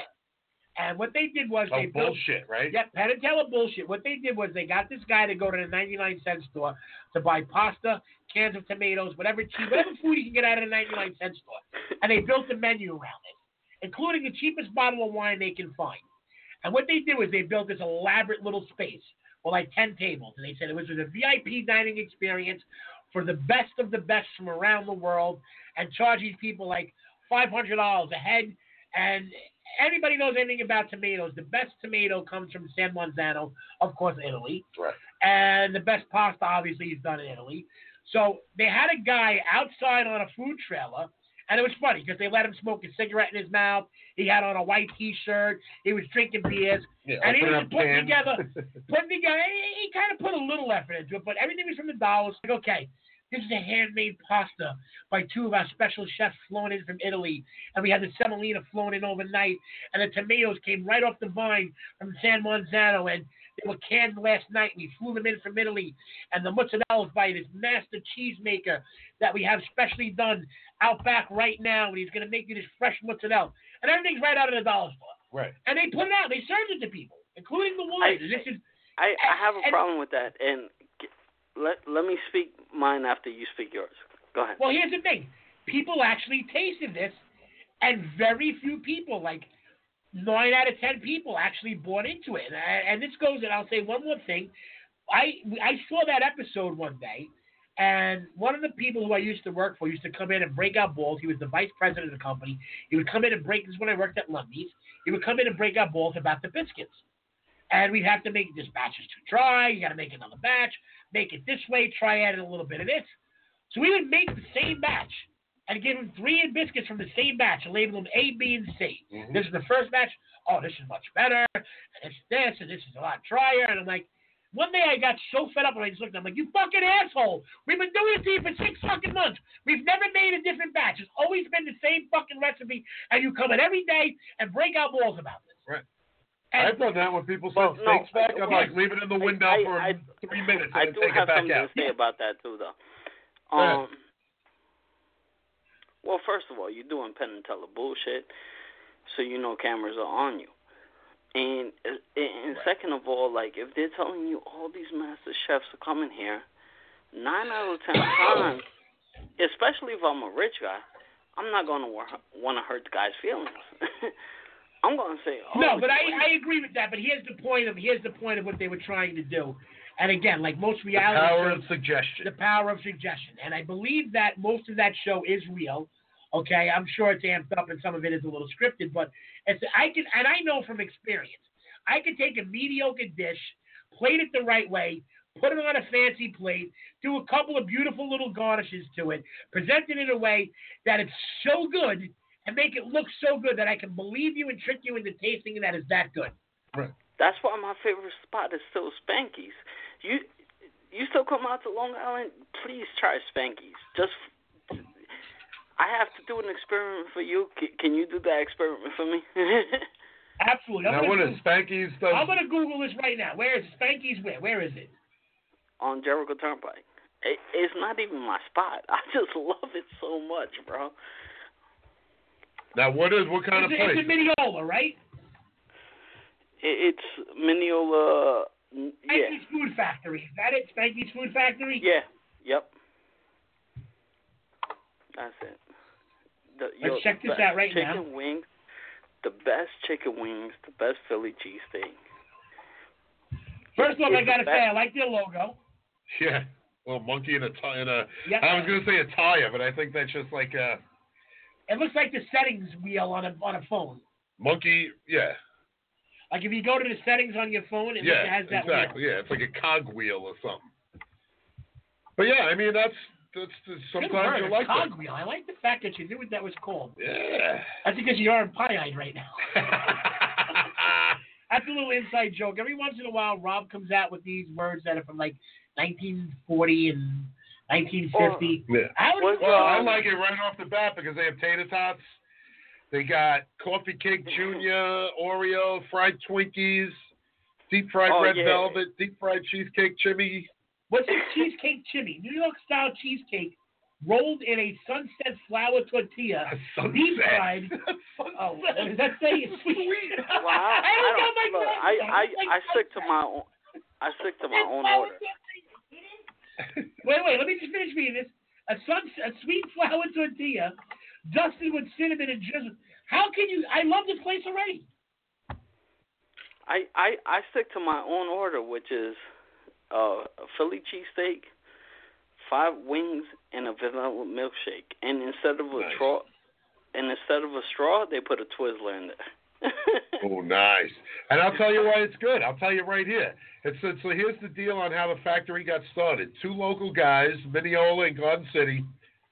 S8: And what they did was they
S7: Oh
S8: built
S7: bullshit, right?
S8: Yeah, Penn and Teller bullshit. What they did was they got this guy to go to the 99 cent store to buy pasta, cans of tomatoes, whatever cheap, whatever food you can get out of the 99 cent store. And they built a menu around it, including the cheapest bottle of wine they can find. And what they did was they built this elaborate little space with like 10 tables. And they said it was a VIP dining experience for the best of the best from around the world and charge these people like $500 a head. And anybody knows anything about tomatoes, the best tomato comes from San Manzano, of course, Italy.
S7: Right.
S8: And the best pasta, obviously, is done in Italy. So they had a guy outside on a food trailer, and it was funny because they let him smoke a cigarette in his mouth. He had on a white T-shirt. He was drinking beers,
S7: Yeah,
S8: and he
S7: open up
S8: was just putting
S7: cans.
S8: together, putting together. He, he kind of put a little effort into it, but everything was from the dollars. Like, okay, This is a handmade pasta by two of our special chefs flown in from Italy. And we had the semolina flown in overnight. And the tomatoes came right off the vine from San Manzano. And they were canned last night. We flew them in from Italy. And the mozzarella is by this master cheesemaker that we have specially done out back right now. And he's going to make you this fresh mozzarella. And everything's right out of the dollar store.
S7: Right.
S8: And they put it out. They served it to people, including the
S10: I-
S8: woman. And this is
S10: I, I have a
S8: and-
S10: problem with that, and g- let let me speak mine after you speak yours. Go ahead.
S8: Well, here's the thing: people actually tasted this, and very few people, like nine out of ten people, actually bought into it. And, and this goes, and I'll say one more thing: I I saw that episode one day, and one of the people who I used to work for used to come in and break out balls. He was the vice president of the company. He would come in and break. This is when I worked at Lundy's. He would come in and break out balls about the biscuits. And we'd have to make this batch is too dry. You got to make another batch. Make it this way. Try adding a little bit of this. So we would make the same batch and give them three biscuits from the same batch and label them A, B, and C. This is the first batch. Oh, this is much better. And it's this, and this is a lot drier. And I'm like, one day I got so fed up and I just looked at him like, you fucking asshole. We've been doing this to you for six fucking months. We've never made a different batch. It's always been the same fucking recipe. And you come in every day and break out balls about this.
S7: Right.
S8: And
S7: I've done that when people
S10: Well,
S7: send steaks
S10: no,
S7: back. I'm
S10: well,
S7: like, leave it in the window
S10: I-
S7: for
S10: I-
S7: three minutes
S10: I
S7: and then
S10: do
S7: take it
S10: have
S7: back
S10: something
S7: out.
S10: to say about that too, though.
S7: ahead.
S10: Um, well, first of all, you're doing pen and teller bullshit, so you know cameras are on you. And and, and second of all, like if they're telling you all these master chefs are coming here, nine out of ten times, especially if I'm a rich guy, I'm not gonna want to hurt the guy's feelings. I'm gonna say, oh,
S8: No, but
S10: it's-
S8: I, I agree with that. But here's the point of here's the point of what they were trying to do. And again, like most
S7: The
S8: reality
S7: power
S8: shows,
S7: of suggestion.
S8: the power of suggestion. And I believe that most of that show is real. Okay, I'm sure it's amped up and some of it is a little scripted, but it's I can and I know from experience, I can take a mediocre dish, plate it the right way, put it on a fancy plate, do a couple of beautiful little garnishes to it, present it in a way that it's so good and make it look so good that I can believe you and trick you into tasting that is that good.
S10: That's why my favorite spot is still Spanky's. You you still come out to Long Island? Please try Spanky's. Just I have to do an experiment for you. C- can you do that experiment for me?
S8: Absolutely. I'm
S7: now,
S8: gonna
S7: what is
S8: Google-
S7: Spanky's? does-
S8: I'm gonna Google this right now. Where is Spanky's? Where? Where is it?
S10: On Jericho Turnpike. It, it's not even my spot. I just love it so much, bro.
S7: Now, what is what kind
S8: It's
S7: of
S8: a,
S7: place?
S8: it's a Mineola, right?
S10: It, it's Mineola. n- Yeah,
S8: Spanky's Food Factory. Is that it? Spanky's Food Factory?
S10: yeah, yep. That's it. The, yo,
S8: check this
S10: best
S8: out right now.
S10: chicken wings, the best chicken wings, the best Philly cheesesteak.
S8: First off, I
S10: It's
S8: gotta
S10: the
S8: say I like their logo.
S7: yeah. Well, monkey and a tie and a.
S8: Yep.
S7: I was gonna say a tire, but I think that's just like a
S8: It looks like the settings wheel on a on a phone.
S7: monkey. Yeah.
S8: Like if you go to the settings on your phone, it
S7: Yeah.
S8: has that
S7: exactly.
S8: wheel.
S7: Yeah. It's like a cog wheel or something. But yeah, I mean that's that's, that's
S8: Good word,
S7: sometimes you like
S8: cog
S7: that.
S8: wheel. I like the fact that you knew what that was called.
S7: Yeah.
S8: That's because you are pie-eyed right now. That's a little inside joke. Every once in a while, Rob comes out with these words that are from like 1940 and 1950.
S7: yeah.
S8: I would
S10: What's
S7: Well,
S10: up?
S7: I like it right off the bat because they have tater tots. They got coffee cake junior, Oreo, fried Twinkies, deep fried
S10: Oh,
S7: red
S10: yeah.
S7: velvet, deep fried cheesecake chimney.
S8: What's a cheesecake chimney? New York style cheesecake rolled in a sunset flour tortilla. Deep fried. Oh, does that say it's sweet?
S10: Well, I,
S8: I don't know
S10: I
S8: my
S10: don't look, I,
S8: glasses.
S10: I,
S8: It's like
S10: I stick to my own. I stick to my own
S8: flour
S10: order.
S8: tortilla. Wait, wait. Let me just finish reading this. A sun, a sweet flour tortilla, dusted with cinnamon and drizzle. How can you? I love this place already.
S10: I, I, I stick to my own order, which is uh, a Philly cheesesteak, five wings, and a vanilla milkshake. And instead of a
S7: Nice.
S10: straw, and instead of a straw, they put a Twizzler in there.
S7: Oh, nice. And I'll tell you why it's good. I'll tell you right here. It's, it's, so here's the deal on how the factory got started. Two local guys, Mineola and Garden City,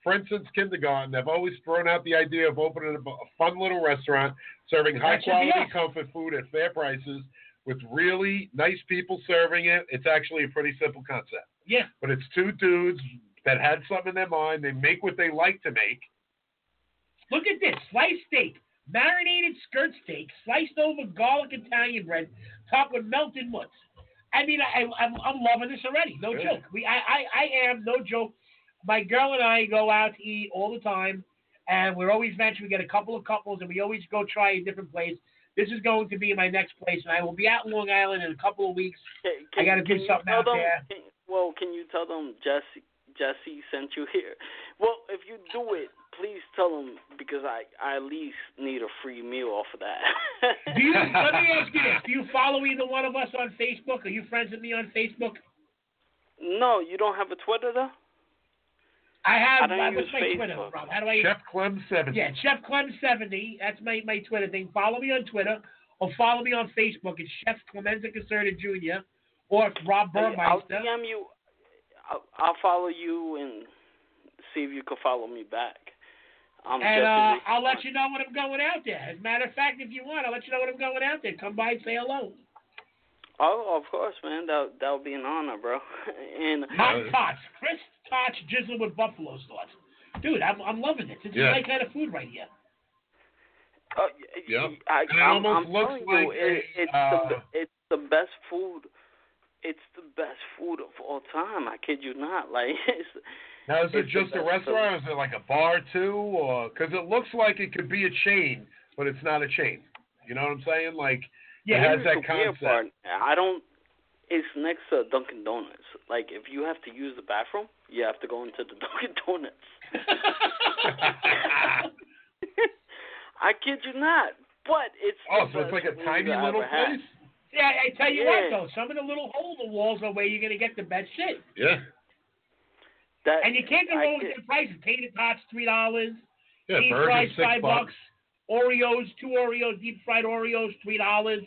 S7: friends since kindergarten, have always thrown out the idea of opening a, a fun little restaurant serving high
S8: That should
S7: quality
S8: be us.
S7: comfort food at fair prices with really nice people serving it. It's actually a pretty simple concept.
S8: Yeah.
S7: But it's two dudes, that had something in their mind. They make what they like to make.
S8: Look at this sliced steak, marinated skirt steak, sliced over garlic Italian bread, topped with melted mutts. I mean, I, I'm, I'm loving this already. No
S7: Good.
S8: joke. We, I, I, I am no joke. My girl and I go out to eat all the time, and we're always matching. We get a couple of couples, and we always go try a different place. This is going to be my next place, and I will be out in Long Island in a couple of weeks.
S10: Can-
S8: I gotta do
S10: can you
S8: something
S10: tell
S8: out
S10: them,
S8: there.
S10: Can, well, can you tell them Jesse Jesse sent you here? Well, if you do it, please tell them because I I at least need a free meal off of that.
S8: Do you? let me ask you this: Do you follow either one of us on Facebook? Are you friends with me on Facebook?
S10: no, you don't have a Twitter though.
S8: I have.
S10: I don't
S8: uh,
S10: use
S8: what's my Twitter,
S10: Facebook.
S8: Rob? How do I?
S7: Chef Clem seven.
S8: Yeah, Chef Clem seventy. That's my, my Twitter thing. Follow me on Twitter or follow me on Facebook. It's Chef Clemenza Caserta Jr. or Rob
S10: Oh, I'll
S8: Burmeister.
S10: DM you. I'll, I'll follow you and see if you can follow me back. I'm
S8: And
S10: just
S8: uh, I'll let you know when I'm going out there. As a matter of fact, if you want, I'll let you know when I'm going out there. Come by and say hello.
S10: Oh, of course, man. That that would be an honor, bro. and
S8: Hot tots, crisp tots, drizzled with buffalo sauce. Dude, I'm, I'm loving this. This
S7: Yeah.
S8: is my kind of food right here.
S10: Uh,
S7: Yep.
S10: I,
S7: And it
S10: I'm,
S7: almost
S10: I'm
S7: looks
S10: telling you,
S7: like
S10: it,
S7: a,
S10: it's the
S7: uh,
S10: it's the best food. It's the best food of all time. I kid you not. Like it's,
S7: Now, is it
S10: It's
S7: just a
S10: the best
S7: restaurant? Or is it like a bar too? Or because it looks like it could be a chain, but it's not a chain. You know what I'm saying? Like it
S8: Yeah,
S7: has
S10: here's
S7: that
S10: the weird
S7: concept.
S10: part. I don't. It's next to Dunkin' Donuts. Like if you have to use the bathroom, you have to go into the Dunkin' Donuts. I kid you not. But it's
S7: Oh,
S10: the
S7: so it's
S10: best
S7: like a
S10: food
S7: tiny
S10: I
S7: little
S10: ever had.
S7: place.
S8: Yeah, I tell you
S10: Yeah.
S8: what though, some of the little hole in the walls are where you're gonna get the best shit.
S7: Yeah,
S10: That,
S8: And you can't go
S10: I
S8: wrong
S10: kid-
S8: with the prices. Tater tots, three dollars.
S7: yeah.
S8: deep fried,
S7: burgers six
S8: five
S7: bucks.
S8: bucks. Oreos, two Oreos, deep fried Oreos, three dollars.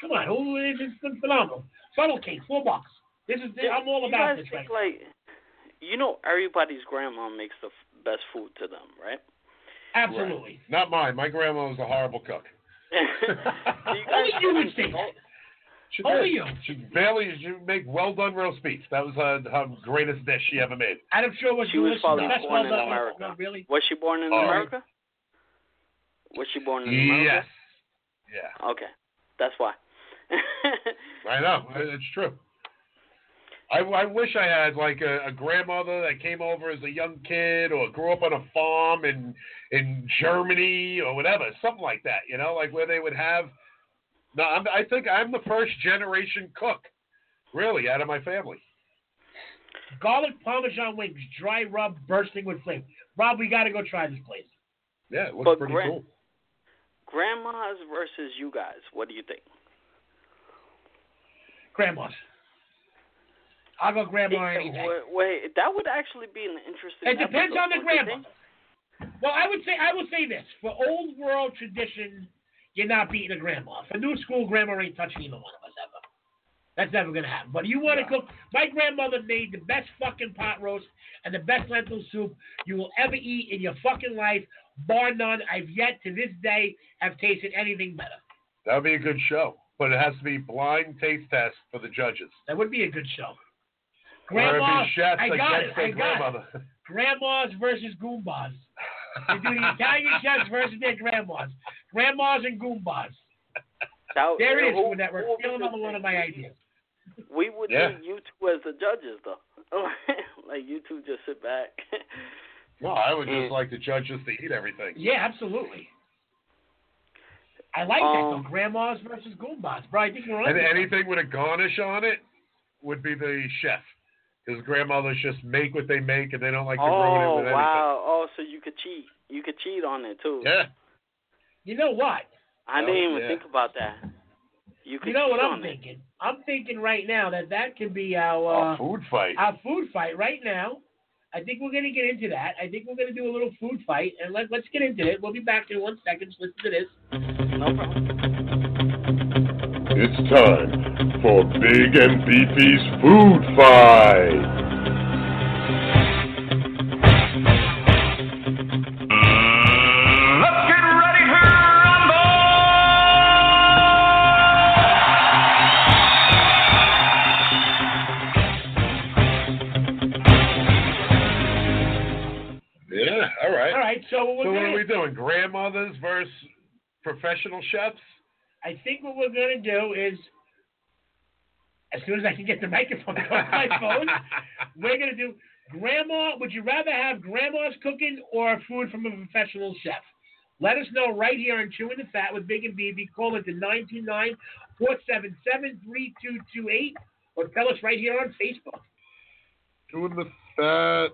S8: Come on, who is it's been phenomenal. Funnel cake, four bucks. This is I'm all
S10: you
S8: about
S10: guys
S8: this right
S10: think, like, you know, everybody's grandma makes the f- best food to them, right?
S8: now. Absolutely.
S7: Not mine. My grandma was a horrible cook.
S10: Do you
S8: Only
S10: guys
S8: you would think
S10: Oh,
S8: that. Only you.
S7: She barely. She make well done roast beef. That was her, her greatest dish she ever made.
S8: And I'm sure what
S10: She
S8: you
S10: was
S8: listen
S10: probably
S8: to. That's
S10: born
S8: well
S10: in
S8: done.
S10: America.
S8: Well, really?
S10: Was she born in
S7: Oh.
S10: America? Was she born in
S7: Yes.
S10: America?
S7: Yeah.
S10: Okay, that's why.
S7: I know. It's true. I, I wish I had like a, a grandmother that came over as a young kid or grew up on a farm in in Germany or whatever, something like that. You know, like where they would have. No, I'm, I think I'm the first generation cook, really, out of my family.
S8: Garlic Parmesan wings, dry rub, bursting with flavor. Rob, we got to go try this place.
S7: Yeah, it looks
S10: But
S7: pretty
S10: grand-
S7: cool.
S10: Grandmas versus you guys. What do you think?
S8: Grandma's. I'll go grandma
S10: It-
S8: any day.
S10: wait, wait, that would actually be an interesting.
S8: It depends
S10: episode,
S8: on the
S10: don't you think?
S8: grandma. Well, I would say I will say this for old world tradition, you're not beating a grandma. For new school, grandma ain't touching either one of us ever. That's never gonna happen. But you want to cook? My grandmother made the best fucking pot roast and the best lentil soup you will ever eat in your fucking life, bar none. I've yet to this day have tasted anything better.
S7: That would be a good show, but it has to be blind taste test for the judges.
S8: That would be a good show.
S7: Where it'd
S8: Grandma,
S7: be chefs
S8: I got it.
S7: against
S8: I
S7: their
S8: got it.
S7: grandmother.
S8: Grandmas versus goombas. You do the Italian chefs versus their grandmas. Grandmas and goombas.
S10: That,
S8: There it is,
S10: who-
S8: Food Network.
S10: who would
S8: Steal
S10: you
S8: another one of
S10: think?
S8: my ideas.
S10: We would
S7: Yeah.
S10: need you two as the judges, though. like you two just sit back.
S7: No, I would
S10: Mm.
S7: just like the judges to eat everything.
S8: Yeah, absolutely. I like that
S10: Um,
S8: though. Grandmas versus Goombas, bro. I think we're on.
S7: And
S8: to something.
S7: anything with a garnish on it would be the chef. Because grandmothers just make what they make and they don't like to ruin it
S10: oh
S7: with
S10: wow! Oh, so you could cheat. You could cheat on it too.
S7: anything. Yeah.
S8: you know what?
S10: I
S7: Oh,
S10: didn't even
S7: yeah.
S10: think about that. You could
S8: You know what
S10: cheat
S8: I'm
S10: on it.
S8: thinking? I'm thinking right now that that could be our uh,
S7: a food fight.
S8: our food fight right now. I think we're gonna get into that. I think we're gonna do a little food fight, and let, let's get into it. We'll be back in one second. Just listen to this.
S10: No problem.
S9: It's time for Big and Beefy's Food Fight.
S3: Let's get ready to rumble!
S8: So what we're
S11: So what
S8: gonna,
S11: are we doing? Grandmothers versus professional chefs?
S8: I think what we're gonna do is, as soon as I can get the microphone off my phone, we're gonna do grandma. Would you rather have grandma's cooking or food from a professional chef? Let us know right here on Chewing the Fat with Big and BB. Call it to 929-477-3228 or tell us right here on Facebook.
S7: Doing the fat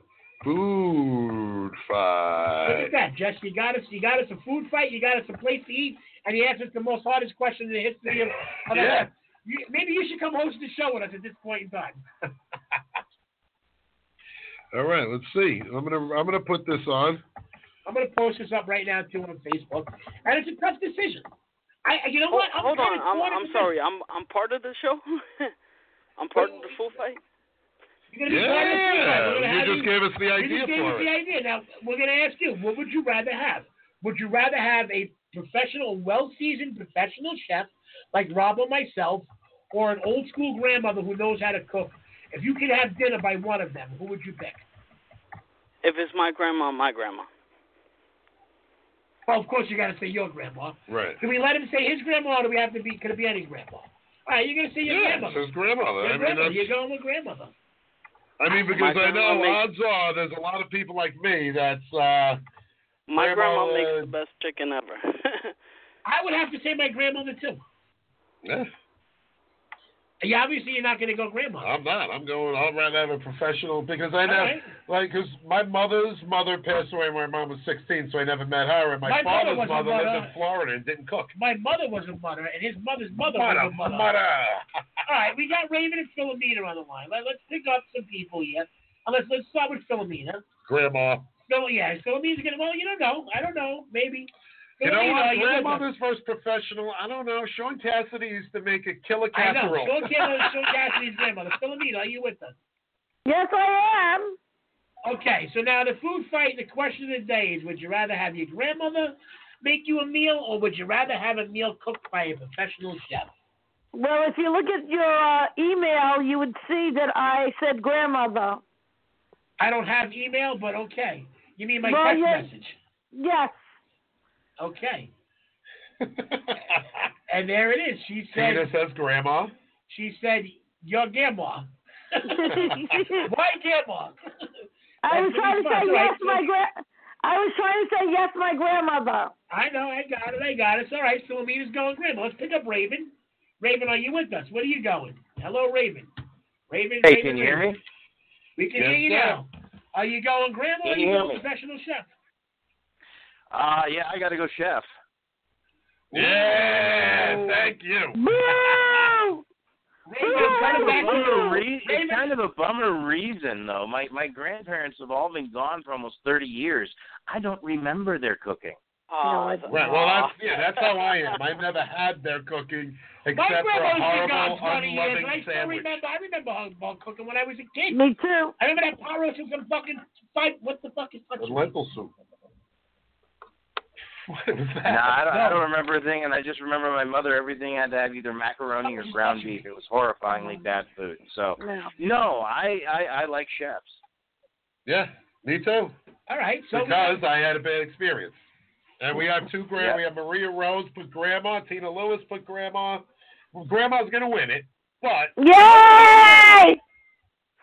S7: food
S8: Look
S7: fight.
S8: at that, Jess. You got us. You got us a food fight. You got us a place to eat, and you answered the most hardest question in the history of. of the-
S11: Yeah.
S8: You, maybe you should come host the show with us at this point in time.
S7: All right, let's see. I'm gonna I'm gonna put this on.
S8: I'm going to post this up right now too on Facebook, and it's a tough decision. I, you know
S10: Hold,
S8: what? I'm
S10: hold
S8: kinda
S10: on, I'm,
S8: torn at
S10: I'm
S8: the
S10: sorry. I'm I'm part of the show. I'm part of the full fight.
S8: You're gonna be part of the food fight. We're gonna
S7: Yeah, you
S8: have
S7: just gave us the
S8: you
S7: idea
S8: just gave us
S7: for
S8: the
S7: it.
S8: idea. Now we're going to ask you: What would you rather have? Would you rather have a professional, well-seasoned professional chef like Rob or myself, or an old-school grandmother who knows how to cook? If you could have dinner by one of them, who would you pick?
S10: If it's my grandma, my grandma.
S8: Well, of course you got to say your grandma.
S7: Right.
S8: Do we let him say his grandma, or do we have to be? Could it be any grandma? All right, you're going to say your
S7: Yeah,
S8: grandmother.
S7: it says grandmother.
S8: Your
S7: I mean,
S8: grandmother.
S7: that's-
S8: You're going with grandmother.
S7: I mean, because
S10: My
S7: I know
S10: grandma
S7: odds are there's a lot of people like me that's uh,
S10: My
S7: Grandma,
S10: grandma,
S7: uh,
S10: makes the best chicken ever.
S8: I would have to say my grandmother too.
S7: eh,
S8: Yeah, obviously you're not going to go grandma.
S7: I'm not. I'm going. I'd rather have a professional because I know,
S8: right.
S7: like, because my mother's mother passed away when my mom was 16, so I never met her, and my,
S8: My brother
S7: father's
S8: was a
S7: mother lived
S8: mother.
S7: in Florida and didn't cook.
S8: My mother was a mother, and his mother's mother was a mother.
S7: mother.
S8: All right, we got Raven and Philomena on the line. Let, let's pick up some people here. Uh, let's let's start with Philomena.
S7: Grandma.
S8: Phil, yeah, Philomena's going to. Well, you don't know. I don't know. Maybe.
S7: You know what?
S8: Philomena, you're good one.
S7: Grandmother's first professional. I don't know. Sean Cassidy used to make a killer
S8: I know.
S7: casserole.
S8: Phil Campbell, Phil Cassidy's grandmother. Philomena, are you with us?
S12: Yes, I am.
S8: Okay, so now the food fight, the question of the day is would you rather have your grandmother make you a meal or would you rather have a meal cooked by a professional chef?
S12: Well, if you look at your uh, email, you would see that I said grandmother.
S8: I don't have email, but okay. You mean my
S12: Well,
S8: text
S12: yeah.
S8: message?
S12: Yes.
S8: Okay. uh, And there it is. She said
S7: Tina says grandma.
S8: she said your grandma. Why grandma?
S12: I was
S8: That's
S12: trying to
S8: pretty
S12: say
S8: fun,
S12: yes,
S8: right?
S12: my gra- I was trying to say yes, my grandmother.
S8: I know, I got it, I got it. It's all right, so Amina's going grandma. Let's pick up Raven. Raven, are you with us? What are you going? Hello, Raven. Raven,
S13: Hey,
S8: Raven,
S13: can you hear
S8: Raven.
S13: me?
S8: We can
S7: Yes,
S8: hear you
S7: sir.
S8: now. Are you going grandma or are
S13: Can
S8: you
S13: you hear
S8: going
S13: me?
S8: professional chef?
S13: Uh, yeah, I got to go chef.
S7: Yeah, thank you.
S12: Boo!
S8: Raven,
S12: Ooh,
S8: come
S12: I'm
S8: back.
S12: going
S13: Bummer re-
S8: Raymond.
S13: it's kind of a bummer reason, though. My my grandparents have all been gone for almost 30 years. I don't remember their cooking.
S10: Aw,
S12: I-
S10: that's-
S7: Right. Well, that's
S10: aw.
S7: yeah. That's how I am. I never had their cooking
S8: My
S7: except for
S8: grandma
S7: a
S8: was gone
S7: horrible,
S8: 20 years, and I
S7: unloving
S8: still
S7: sandwich.
S8: remember. I remember hog cooking when I was a kid.
S12: Me too.
S8: I remember that pyro soup and fucking fight. What the fuck is touching? me?
S7: lentil soup. What was that?
S13: No, I don't, I
S8: No.
S13: don't remember a thing, and I just remember my mother. Everything had to have either macaroni or ground beef. It was horrifyingly bad food. So
S12: No.
S13: no, I I, I like chefs.
S7: Yeah, me too.
S8: All right, so
S7: because I had a bad experience. And we have two grand.
S13: Yeah.
S7: We have Maria Rose put grandma, Tina Lewis put grandma. Well, grandma's gonna win it, but
S12: Yay!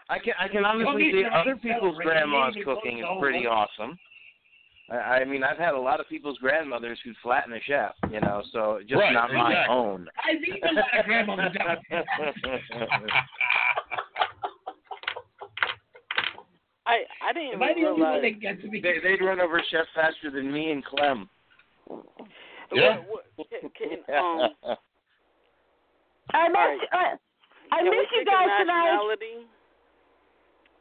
S13: I can I can honestly
S8: need
S13: say
S8: to
S13: other
S8: celebrate.
S13: people's
S8: You
S13: grandma's
S8: need to
S13: cooking is
S8: go
S13: pretty awesome. I, I mean, I've had a lot of people's grandmothers who flatten a chef, you know, so just
S7: Right,
S13: not my
S7: exactly.
S13: own.
S8: I've eaten a lot of grandmothers. out.
S10: I I didn't
S8: Am
S10: even
S8: I the only one
S10: realize.
S8: that gets to be?
S13: they, they'd run over chef faster than me and Clem.
S7: Yeah.
S10: What, what, can, can, um,
S12: I miss,
S10: Alright.
S12: I, I
S10: can we
S12: miss you
S10: take a
S12: guys tonight.
S10: nationality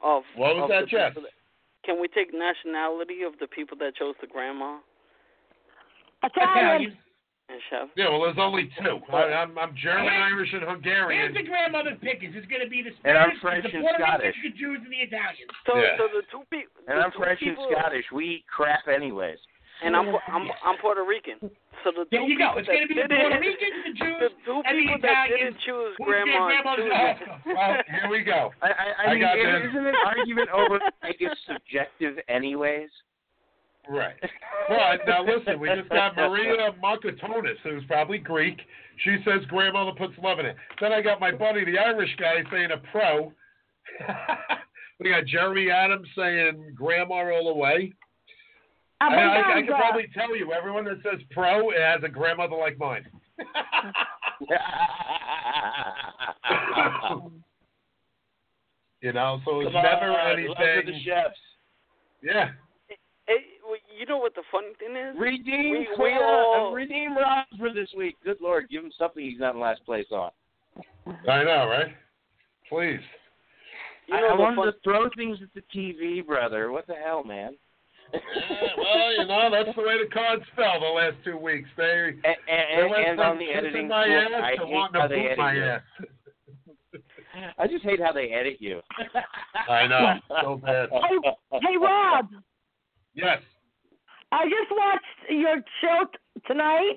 S10: Of,
S7: What was
S10: of
S7: that,
S10: the
S7: Jeff?
S10: people that- Can we take nationality of the people that chose the grandma
S12: Italian.
S10: and chef?
S7: yeah, well, there's only two. I, I'm, I'm German, Irish, and
S8: Here's
S7: Hungarian.
S8: the grandmother pickings. It's going to be the
S13: And I'm
S8: Spanish,
S13: French
S8: the
S13: and
S8: Puerto
S13: Scottish.
S8: Ricans, the Jews, and the Italians.
S10: So
S7: Yeah.
S10: so the two people.
S13: And
S10: the
S13: I'm
S10: two
S13: French and
S10: people,
S13: Scottish. We eat crap anyways.
S10: And I'm I'm I'm Puerto Rican. So the
S8: There
S10: two
S8: you go.
S10: people
S8: It's going to be the
S10: that didn't-
S8: Puerto Ricans, the
S10: The
S8: Jews,
S10: two
S8: and the
S10: people that
S8: Italians.
S10: didn't choose
S8: who's their
S10: grandma.
S8: grandma's
S10: choose-
S8: house.
S7: well, Oh, here we go.
S13: I, I, I,
S7: I
S13: mean,
S7: got
S13: is
S7: this.
S13: isn't an argument over like it's subjective anyways?
S7: Right. But now listen, we just got Maria Markotonis, who's probably Greek. She says grandmother puts love in it. Then I got my buddy, the Irish guy, saying a pro. we got Jeremy Adams saying grandma all the way.
S12: Oh
S7: I, I, I can probably tell you, everyone that says pro it has a grandmother like mine. you know, so it's
S13: Come
S7: never
S13: on, love to
S7: anything.
S13: the chefs.
S7: Yeah.
S10: Hey, well, you know what the funny thing is?
S13: Redeem
S10: We- we
S13: Quinn-
S10: all-
S13: uh, redeem Rob for this week. Good Lord, give him something he's not in last place on.
S7: I know, right? Please.
S10: You
S13: I-
S10: know
S13: I,
S10: the
S13: wanted
S10: fun-
S13: to throw things at the TV, brother. What the hell, man?
S7: Yeah, well, you know, that's the way the cards fell the last two weeks. They
S13: And,
S7: they
S13: and,
S7: went
S13: and
S7: from
S13: on the
S7: kissing
S13: editing,
S7: my
S13: floor,
S7: ass
S13: I
S7: to
S13: hate
S7: wanting
S13: how
S7: to
S13: they
S7: boot
S13: edit
S7: my
S13: you.
S7: ass.
S13: I just hate how they edit you.
S7: I know, so bad.
S12: uh, Hey, hey, Rob,
S7: Yes.
S12: I just watched your show t- tonight.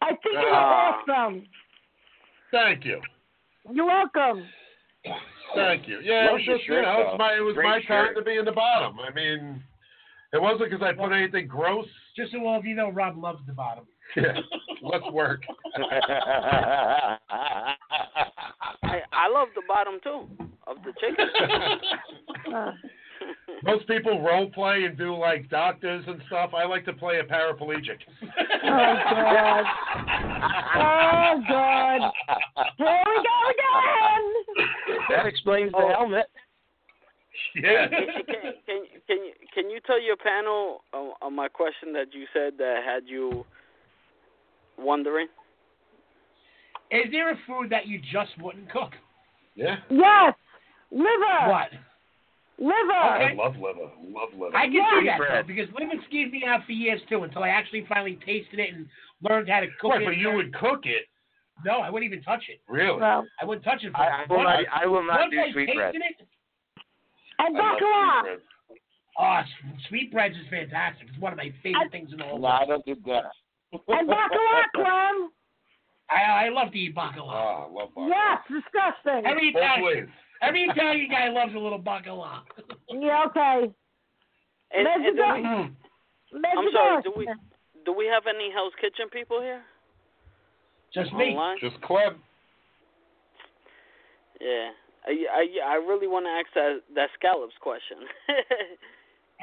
S12: I think it
S10: Ah.
S12: was awesome.
S7: Thank you.
S12: You're welcome.
S7: Thank you. Yeah,
S13: Love
S7: it was
S13: your
S7: just you
S13: shirt,
S7: know,
S13: though.
S7: it's my it was
S13: Great
S7: my time
S13: shirt.
S7: to be in the bottom. I mean, it wasn't because I put anything gross.
S8: Just so all of you know, Rob loves the bottom.
S7: Yeah. Let's work.
S10: I, I love the bottom too of the chicken.
S7: Most people role play and do like doctors and stuff. I like to play a paraplegic.
S12: Oh God. Oh God. Here we go again.
S13: that explains
S7: Oh,
S13: the helmet.
S7: Yeah.
S10: can, can, can you can you tell your panel uh, on my question that you said that had you wondering?
S8: Is there a food that you just wouldn't cook?
S7: Yeah.
S12: Yes. Liver.
S8: What?
S12: Liver.
S7: I love liver. Love liver.
S8: I can
S12: Yeah.
S8: do that though,
S13: Bread.
S8: because lemon skeeved me out for years too until I actually finally tasted it and learned how to cook
S7: Right,
S8: it.
S7: but you would cook it.
S8: No, I wouldn't even touch it.
S7: Really?
S12: Well,
S8: I wouldn't touch it. For
S13: I, I will not. e, I will not
S8: once
S13: do
S8: I
S13: sweetbread.
S8: tasted it,
S12: and
S7: I love
S12: baccarat.
S7: sweetbread.
S8: oh, s- sweetbreads is fantastic. It's one of my favorite
S12: I-
S8: things in the whole
S13: No,
S8: world.
S13: I don't do that.
S12: And baccarat, Clem.
S8: I, I love to eat bacala.
S7: Ah, I love baccarat.
S12: Yes, disgusting.
S8: Every
S7: Both
S8: Italian,
S7: ways.
S8: every Italian guy loves a little bacala.
S12: Yeah, okay.
S10: And, and do we,
S7: Hmm.
S12: Mezzador.
S10: I'm sorry. Do we do we have any Hell's Kitchen people here
S8: Just me.
S10: online?
S7: Just Clem.
S10: Yeah. I, I, I really want to ask that that scallops question.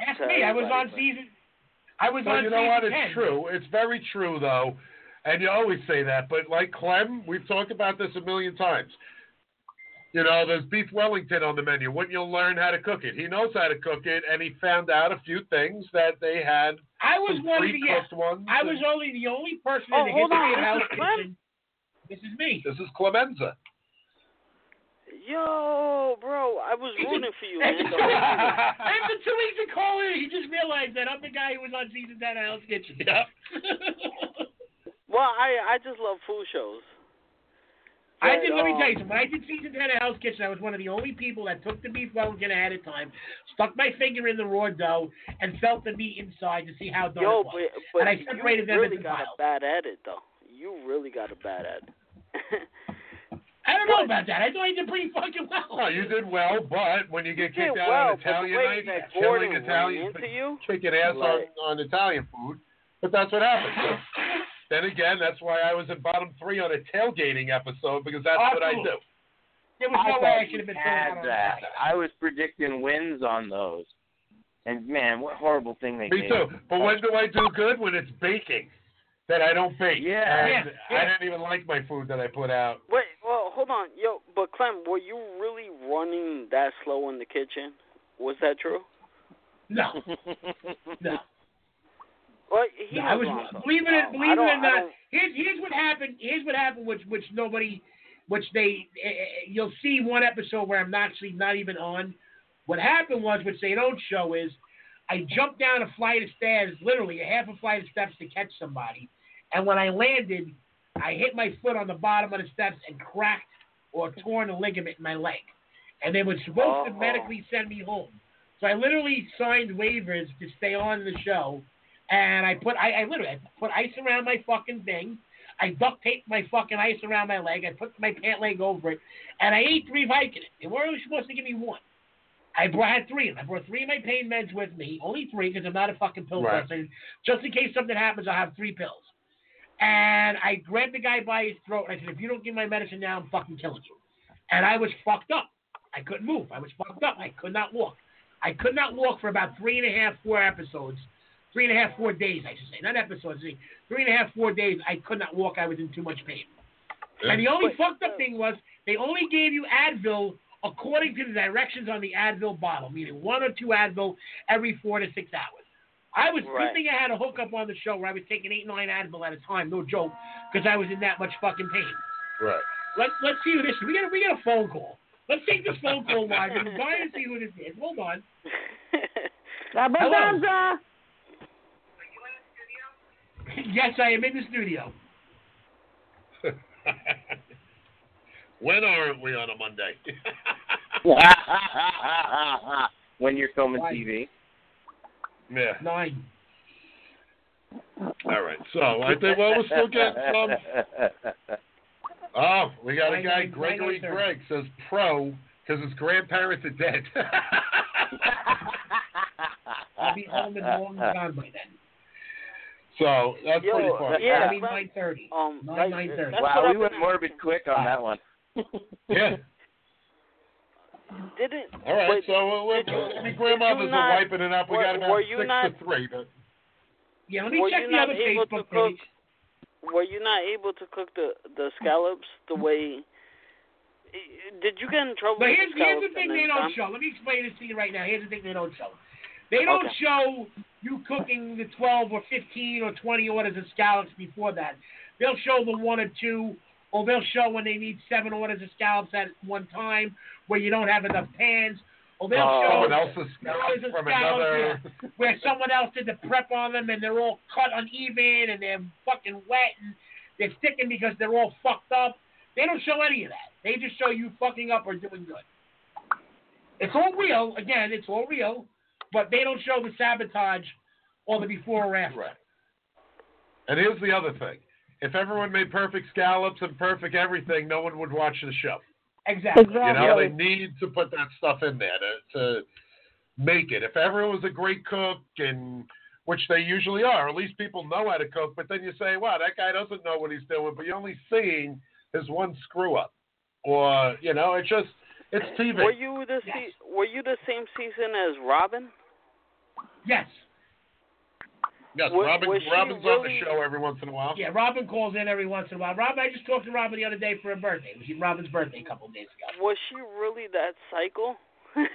S8: Ask
S10: Tell
S8: me. I was
S10: everybody,
S8: on
S10: but-
S8: season. I was
S7: But
S8: on
S7: you
S8: season
S7: know what? It's
S8: 10.
S7: true. It's very true, though. And you always say that. But like Clem, we've talked about this a million times. You know, there's beef Wellington on the menu. Wouldn't you learn how to cook it? He knows how to cook it, and he found out a few things that they had.
S8: I was
S7: some
S8: one of the. Yeah,
S7: pre-cooked ones.
S8: I was only the only person
S10: Oh,
S8: in the
S10: hold
S8: history
S10: on,
S8: of House
S10: this is Clem?
S8: Kitchen. This is me.
S7: This is Clemenza.
S10: Yo, bro, I was rooting for you, man.
S8: After two weeks- after two weeks of calling, he just realized that I'm the guy who was on season 10 of House Kitchen.
S10: Well, I I just love food shows.
S8: I
S10: But,
S8: did. Let me
S10: um,
S8: tell you something. When I did season ten of Hell's Kitchen, I was one of the only people that took the beef Wellington ahead of time, stuck my finger in the raw dough, and felt the meat inside to see how dark
S10: Yo,
S8: it
S10: but,
S8: was.
S10: but
S8: And I
S10: you
S8: separated them
S10: really
S8: into
S10: got
S8: piles.
S10: a bad at it, though. You really got a bad at it.
S8: I don't know about that. I thought I did pretty fucking well.
S7: No, you did well, but when you get
S10: did
S7: kicked out
S10: well,
S7: on
S10: but the
S7: Italian
S10: way
S7: night,
S10: that
S7: you're killing
S10: Gordon
S7: Italian
S10: ran into you,
S7: kicking ass
S10: like-
S7: on, on Italian food. But that's what happened. So, then again, that's why I was in bottom three on a tailgating episode because that's what I do.
S8: There was
S13: I
S8: no
S13: thought
S8: way I
S13: you
S8: should have been
S13: had
S8: throwing out on
S13: that.
S8: Friday.
S13: I was predicting wins on those. And man, what horrible thing they
S7: Me
S13: did.
S7: too. But when do I do good? When it's baking. That I don't bake.
S13: Yeah.
S7: And
S8: Yeah, yeah.
S7: I didn't even like my food that I put out.
S10: Wait, well, hold on, yo, but Clem, were you really running that slow in the kitchen? Was that true?
S8: No, no.
S10: Well, he
S8: No, I was
S10: wrong, though.
S8: believe
S10: No,
S8: it believe
S10: I
S8: it
S10: don't-
S8: or
S10: I
S8: not.
S10: don't-
S8: Here's here's what happened. Here's what happened, which which nobody, which they eh, eh, you'll see one episode where I'm actually not even on. What happened was, which they don't show, is I jumped down a flight of stairs, literally a half a flight of steps to catch somebody, and when I landed, I hit my foot on the bottom of the steps and cracked or torn a ligament in my leg, and they were supposed to
S10: Oh.
S8: medically send me home. So I literally signed waivers to stay on the show, and I put I, I literally I put ice around my fucking thing. I duct taped my fucking ice around my leg. I put my pant leg over it, and I ate three Vicodin. They were only supposed to give me one. I brought I had three. of them. I brought three of my pain meds with me, only three because I'm not a fucking pill
S7: Right.
S8: person. Just in case something happens, I'll have three pills. And I grabbed the guy by his throat and I said, "If you don't give me my medicine now, I'm fucking killing you." And I was fucked up. I couldn't move. I was fucked up. I could not walk. I could not walk for about three and a half, four episodes, three and a half, four days, I should say, not episodes, three three and a half, four days. I could not walk. I was in too much pain. And the only fucked up thing was they only gave you Advil according to the directions on the Advil bottle, meaning one or two Advil every four to six hours. I was
S10: Right.
S8: good thing I had a hookup on the show where I was taking eight, nine Advil at a time, no joke, because I was in that much fucking pain.
S7: Right.
S8: Let Let's see who this is. We got a, we got a phone call. Let's take this phone call live and try and see who this is. Hold on.
S12: Bonanza.
S8: yes, I am in the studio.
S7: when aren't we on a Monday?
S13: when you're filming
S7: Right.
S13: TV.
S7: yeah.
S8: Nine.
S7: All right. So I think well we're still getting some um, Oh, we got a guy, Gregory Gregg, says pro because his grandparents are dead.
S8: I'll be home and long gone by then.
S7: so that's
S10: Yo,
S7: pretty fun.
S10: yeah,
S8: I mean,
S10: but-
S8: 9:30.
S10: Um,
S8: Nine,
S10: like,
S8: nine thirty.
S10: that's
S13: wow,
S10: what
S13: we
S10: I've
S13: went
S10: been-
S13: morbid quick on that one.
S7: yeah.
S10: Didn't
S7: All right.
S10: but
S7: so uh, we're,
S10: did you-
S7: I mean, grandmothers
S10: did you
S7: are
S10: not-
S7: wiping it up. We
S10: were-
S7: got about
S10: were you
S7: six
S10: not-
S7: to three, but
S8: Yeah, let me
S10: Were
S8: check
S10: you
S8: the
S10: not
S8: other
S10: able to
S8: Facebook
S10: cook-
S8: page.
S10: were you not able to cook the the scallops the way? Did you get in trouble?
S8: Hmm. But
S10: with
S8: here's, here's
S10: the scallops
S8: the thing
S10: and
S8: they
S10: then
S8: don't
S10: some?
S8: show. Let me explain this to you right now. Here's the thing they don't show. They don't
S10: Okay.
S8: show you cooking the 12 or 15 or 20 orders of scallops before that. They'll show the one or two, or they'll show when they need seven orders of scallops at one time, where you don't have enough pans, or they'll
S13: Oh,
S8: show
S7: Uh, someone else's
S8: orders of
S7: from
S8: scallops,
S7: another.
S8: yeah, where someone else did the prep on them and they're all cut uneven and they're fucking wet and they're sticking because they're all fucked up. They don't show any of that. They just show you fucking up or doing good. It's all real. Again, it's all real, but they don't show the sabotage or the before or after.
S7: Right. And here's the other thing: if everyone made perfect scallops and perfect everything, no one would watch the show.
S8: Exactly.
S7: You
S12: Exactly.
S7: know, they need to put that stuff in there to, to make it. If everyone was a great cook, and which they usually are, at least people know how to cook. But then you say, "Wow, that guy doesn't know what he's doing," but you're only seeing his one screw up, or you know, it's just it's TV.
S10: Were you the se- were you the same season as Robin?
S8: Yes.
S7: yes,
S10: was-
S7: Robin,
S10: was she
S7: Robin's on the
S10: really-
S7: show every once in a while.
S8: Yeah, Robin calls in every once in a while. Robin, I just talked to Robin the other day for her birthday. It was Robin's birthday a couple of days ago.
S10: Was she really that psycho?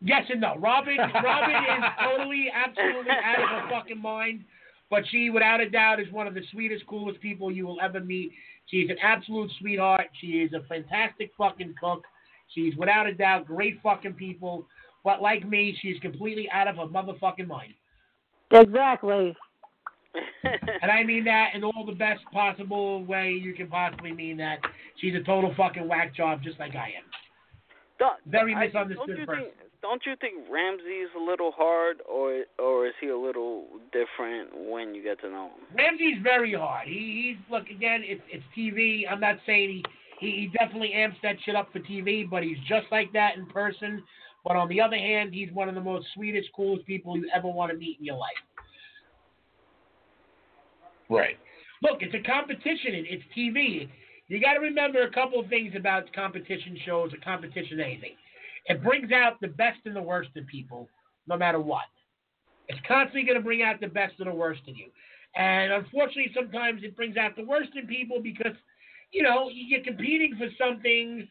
S8: Yes and no. Robin Robin is totally, absolutely out of her fucking mind. But she, without a doubt, is one of the sweetest, coolest people you will ever meet. She's an absolute sweetheart. She is a fantastic fucking cook. She's without a doubt great fucking people. But like me, she's completely out of her motherfucking mind.
S12: Exactly.
S8: And I mean that in all the best possible way you can possibly mean that. She's a total fucking whack job, just like I am.
S10: Don't-
S8: Very
S10: I-
S8: misunderstood
S10: don't you
S8: person.
S10: Think, don't you think Ramsey's a little hard, or or is he a little different when you get to know him?
S8: Ramsey's very hard. He, he's look again. It's it's TV. I'm not saying he, he he definitely amps that shit up for TV, but he's just like that in person. But on the other hand, he's one of the most sweetest, coolest people you ever want to meet in your life.
S7: Right.
S8: Look, it's a competition. It, it's TV. You got to remember a couple of things about competition shows or competition anything. It brings out the best and the worst in people, no matter what. It's constantly going to bring out the best and the worst in you. And unfortunately, sometimes it brings out the worst in people because, you know, you're competing for something,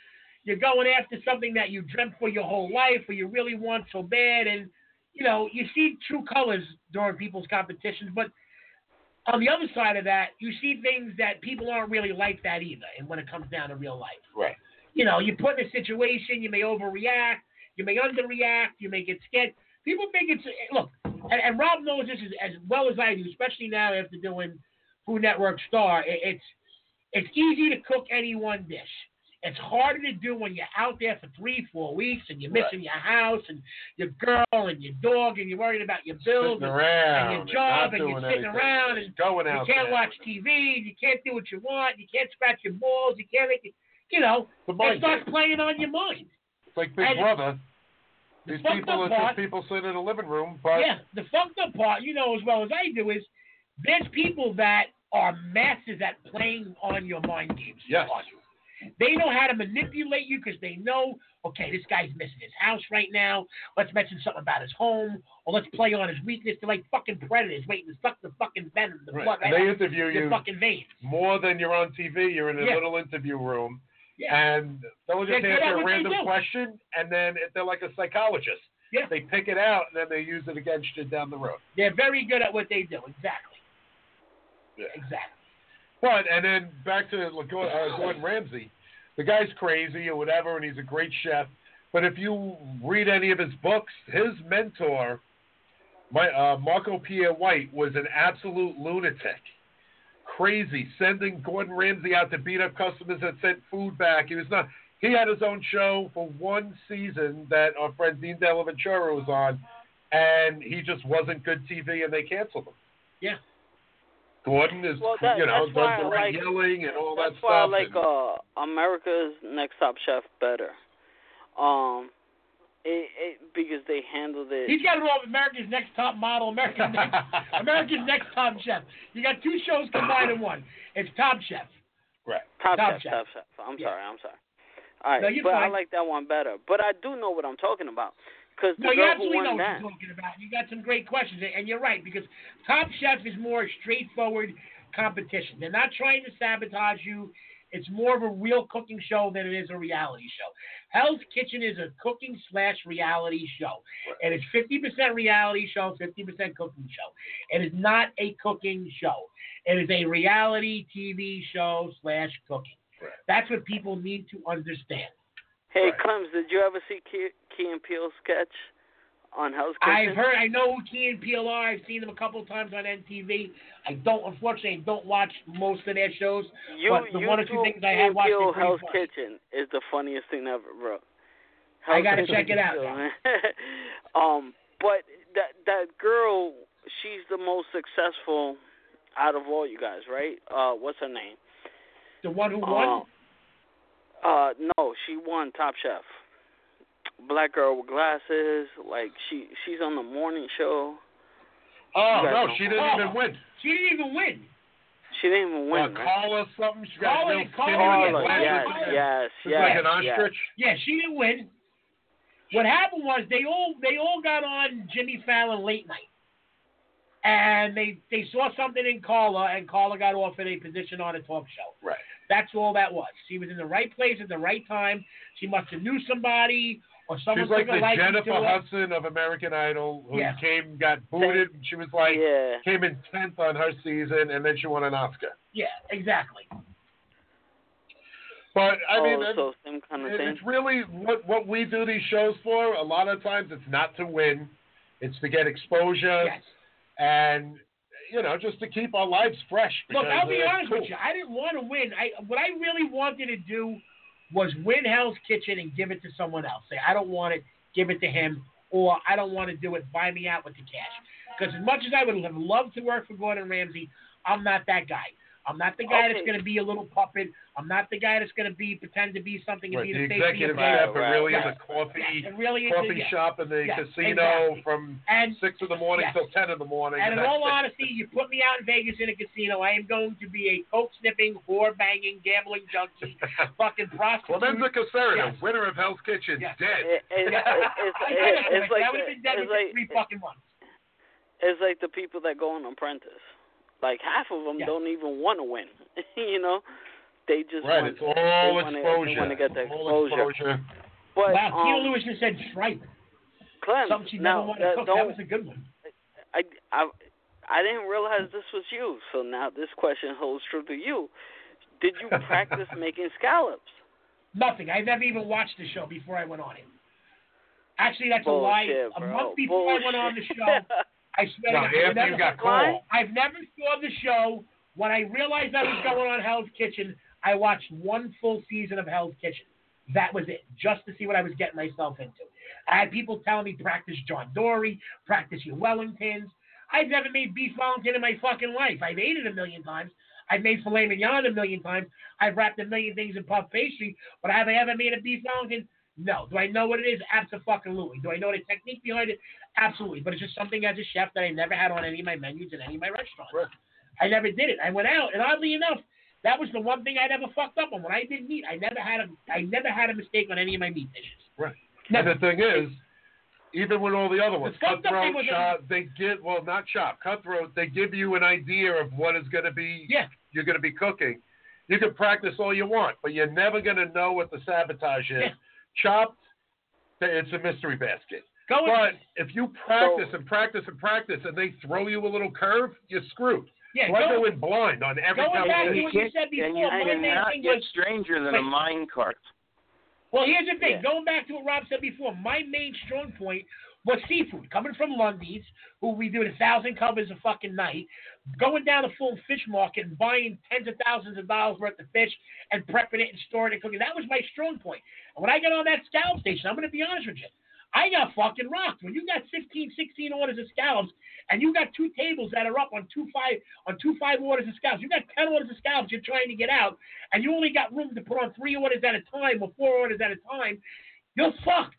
S8: you're going after something that you dreamt for your whole life or you really want so bad. And, you know, you see true colors during people's competitions, but on the other side of that, you see things that people aren't really like that either. And when it comes down to real life,
S7: Right.
S8: you know, you put in a situation, you may overreact, you may underreact, you may get scared. People think it's look, and, and Rob knows this as, as well as I do, especially now after doing Food Network Star. It, it's it's easy to cook any one dish. It's harder to do when you're out there for three, four weeks, and you're missing your house and your girl and your dog, and you're worried about your bills.
S7: Sitting around
S8: and your job
S7: not
S8: and you're
S7: doing anything,
S8: sitting around and
S7: going
S8: You
S7: out
S8: can't
S7: there.
S8: watch TV. You can't do what you want. You can't scratch your balls. You can't, make it- you know,
S7: The
S8: it
S7: mind
S8: starts
S7: game.
S8: playing on your mind.
S7: It's like Big
S8: and-
S7: Brother. These
S8: fucked
S7: people
S8: up
S7: are
S8: part-
S7: just people sitting in a living room, but
S8: yeah, the fucked up part, you know as well as I do, is there's people that are masters at playing on your mind games.
S7: Yes.
S8: on you. They know how to manipulate you because they know, okay, this guy's missing his house right now. Let's mention something about his home, or let's play on his weakness. They're like fucking predators waiting to suck the fucking venom, the
S7: Right.
S8: blood right
S7: And they
S8: out
S7: interview
S8: your
S7: you.
S8: fucking veins.
S7: more than you're on TV, you're in a
S8: Yeah.
S7: little interview room,
S8: Yeah.
S7: and they'll just
S8: They're good at
S7: answer
S8: what
S7: a
S8: they
S7: random
S8: do.
S7: question, and then if they're like a psychologist.
S8: Yeah.
S7: They pick it out, and then they use it against you down the road.
S8: They're very good at what they do. Exactly.
S7: Yeah.
S8: Exactly.
S7: But and then back to like, Gordon, uh, Gordon Ramsay, the guy's crazy or whatever, and he's a great chef. But if you read any of his books, his mentor, my uh, Marco Pierre White, was an absolute lunatic, crazy, sending Gordon Ramsay out to beat up customers that sent food back. He was not. He had his own show for one season that our friend Dean Della Ventura was on, and he just wasn't good TV, and they canceled him.
S8: Yeah.
S7: Gordon is,
S10: Well, that-
S7: you know,
S10: that's
S7: does
S10: why I
S7: the
S10: like-
S7: right yelling and all that
S10: That's why I
S7: stuff.
S10: like
S7: and-
S10: uh, America's Next Top Chef better. Um, it, it because they handled it.
S8: He's got it all. America's Next Top Model, America's Next, America's Next Top Chef. You got two shows combined in one. It's Top Chef.
S7: Right.
S10: Top,
S8: Top Chef.
S10: Chef, Top Chef. I'm
S8: Yeah.
S10: sorry, I'm sorry. All right,
S8: No, you're
S10: but I
S8: fine.
S10: like that one better. But I do know what I'm talking about because the
S8: No, you
S10: girl who
S8: absolutely know
S10: won
S8: what
S10: that.
S8: you're talking about. You got some great questions, and- and you're right because Top Chef is more straightforward competition. They're not trying to sabotage you. It's more of a real cooking show than it is a reality show. Hell's Kitchen is a cooking slash reality show, and it's 50% reality show, 50% cooking show. It is not a cooking show. It is a reality TV show slash cooking. That's what people need to understand.
S10: Hey, Clems, did you ever see Key, Key and Peele sketch on Hell's Kitchen?
S8: I've heard. I know who Key and Peele are. I've seen them a couple of times on NTV. I don't, unfortunately, I don't watch most of their shows.
S10: You,
S8: but the
S10: you
S8: one or two
S10: two
S8: things I
S10: Key
S8: have
S10: and
S8: watched
S10: Peele
S8: are pretty
S10: Hell's
S8: funny.
S10: Kitchen is the funniest thing ever, bro.
S8: I gotta
S10: Kitchen
S8: check it
S10: is
S8: out,
S10: good, man. um, but that that girl, she's the most successful out of all you guys, right? Uh, what's her name?
S8: The one
S7: Oh.
S8: who won.
S10: Uh, uh, no, she won Top Chef. Black girl with glasses, like she she's on the morning show.
S7: Oh,
S10: You guys
S7: no,
S10: don't
S7: she didn't
S8: know.
S7: even win.
S8: She didn't even win.
S10: She didn't even win.
S7: uh,
S10: right?
S7: Carla something. She got
S8: Carla-
S7: real
S8: Carla,
S7: skinny
S8: yeah,
S7: and
S10: Carla,
S7: black.
S10: yes,
S8: Carla.
S10: yes,
S7: It's
S10: yes.
S7: like an
S10: yes.
S7: ostrich.
S8: Yeah, she didn't win. What happened was they all they all got on Jimmy Fallon late night, and they they saw something in Carla, and Carla got offered a position on a talk show.
S7: Right.
S8: That's all that was. She was in the right place at the right time. She must have knew somebody or someone
S7: She's like
S8: took a
S7: the
S8: liking
S7: Jennifer
S8: to her.
S7: Hudson of American Idol who
S8: Yeah.
S7: came, got booted. and She was like,
S10: Yeah.
S7: came in 10th on her season, and then she won an Oscar.
S8: Yeah, exactly.
S7: Uh, But, I mean,
S10: oh,
S7: it-
S10: so same kind of
S7: it-
S10: thing.
S7: it's really what, what we do these shows for. A lot of times it's not to win, it's to get exposure.
S8: Yes.
S7: and you know, just to keep our lives fresh.
S8: Look,
S7: because
S8: I'll be
S7: it's
S8: honest
S7: cool.
S8: with you. I didn't want to win. I what I really wanted to do was win Hell's Kitchen and give it to someone else. Say, I don't want it, give it to him, or I don't want to do it. Buy me out with the cash. Because as much as I would have loved to work for Gordon Ramsay, I'm not that guy. I'm not the guy that's
S10: Okay.
S8: going to be a little puppet. I'm not the guy that's going to be pretend to be something and
S7: Right,
S8: be
S7: the
S8: the face of your
S7: executive
S8: brand.
S7: chef,
S10: Right,
S7: and really
S8: right.
S7: is a coffee
S8: Yeah, it really is,
S7: coffee
S8: yeah.
S7: shop in the
S8: Yeah,
S7: casino
S8: exactly.
S7: from
S8: And
S7: six in the morning
S8: Yes.
S7: till ten in the morning.
S8: And in
S7: that's
S8: all
S7: it.
S8: honesty, you put me out in Vegas in a casino, I am going to be a coke sniffing, whore banging, gambling junkie, fucking prostitute.
S7: Clemenza Caserta,
S8: Yes.
S7: winner of Hell's Kitchen,
S8: Yes.
S7: dead.
S10: It- it's- it's-
S8: I
S10: it-
S8: gotta
S10: it's
S8: quit.
S10: like
S8: I would
S10: the-
S8: have been dead
S10: it's
S8: within
S10: like-
S8: three fucking months.
S10: it's like the people that go on Apprentice. Like half of them
S8: Yeah.
S10: don't even want to win. you know, they just
S7: Right,
S10: want,
S7: it's all
S10: they wanna-
S7: exposure.
S10: they want to get the
S7: It's all
S10: exposure.
S7: exposure.
S10: But
S8: wow, Peter
S10: um,
S8: Lewis just said stripe.
S10: Clem,
S8: Something she
S10: now
S8: never wanted to
S10: uh,
S8: cook. That
S10: don't
S8: was a good one.
S10: I, I, I didn't realize this was you. So now this question holds true to you. Did you practice making scallops?
S8: Nothing. I never even watched the show before I went on it. Actually, that's a lie.
S10: Bullshit,
S8: A
S10: bro.
S8: month before I went on the
S10: Bullshit.
S8: show, I swear
S7: No,
S8: to God, I
S7: after
S8: never-
S7: you got
S10: Why?
S7: called.
S8: I've never saw the show. When I realized I was going on Hell's Kitchen, I watched one full season of Hell's Kitchen. That was it, just to see what I was getting myself into. I had people telling me practice John Dory, practice your Wellingtons. I've never made beef Wellington in my fucking life. I've ate it a million times. I've made filet mignon a million times. I've wrapped a million things in puff pastry, but have I ever made a beef Wellington? No. Do I know what it is? Absolutely. Do I know the technique behind it? Absolutely. But it's just something as a chef that I never had on any of my menus in any of my restaurants. I never did it. I went out, and oddly enough, that was the one thing I never fucked up on. When I did meat, I never had a I never had a mistake on any of my meat dishes.
S7: Right. And the thing is, even with all the other ones,
S8: fucked up
S7: cutthroat,
S8: thing was-
S7: chop, they give well not chop, cutthroat. They give you an idea of what is going to be.
S8: Yeah.
S7: You're going to be cooking. You can practice all you want, but you're never going to know what the sabotage is.
S8: Yeah.
S7: Chopped, it's a mystery basket.
S8: Go
S7: but if you practice and practice and practice, and they throw you a little curve, you're screwed.
S8: Yeah,
S7: so I
S8: go-
S7: go in blind on every
S8: going back to
S7: conversation.
S8: what you said
S13: and you
S8: before, my main
S13: cannot
S8: thing
S13: get
S8: was
S13: stranger than a mine cart.
S8: Well, here's the thing. Going back to what Rob said before, my main strong point was seafood. Coming from Lundy's, who we do a thousand covers a fucking night, going down the full fish market and buying tens of thousands of dollars worth of fish and prepping it and storing it and cooking. That was my strong point. And when I got on that scallop station, I'm going to be honest with you. I got fucking rocked. When you got 15, 16 orders of scallops and you got two tables that are up on two five on two five orders of scallops, you got ten orders of scallops you're trying to get out, and you only got room to put on three orders at a time or four orders at a time, you're fucked.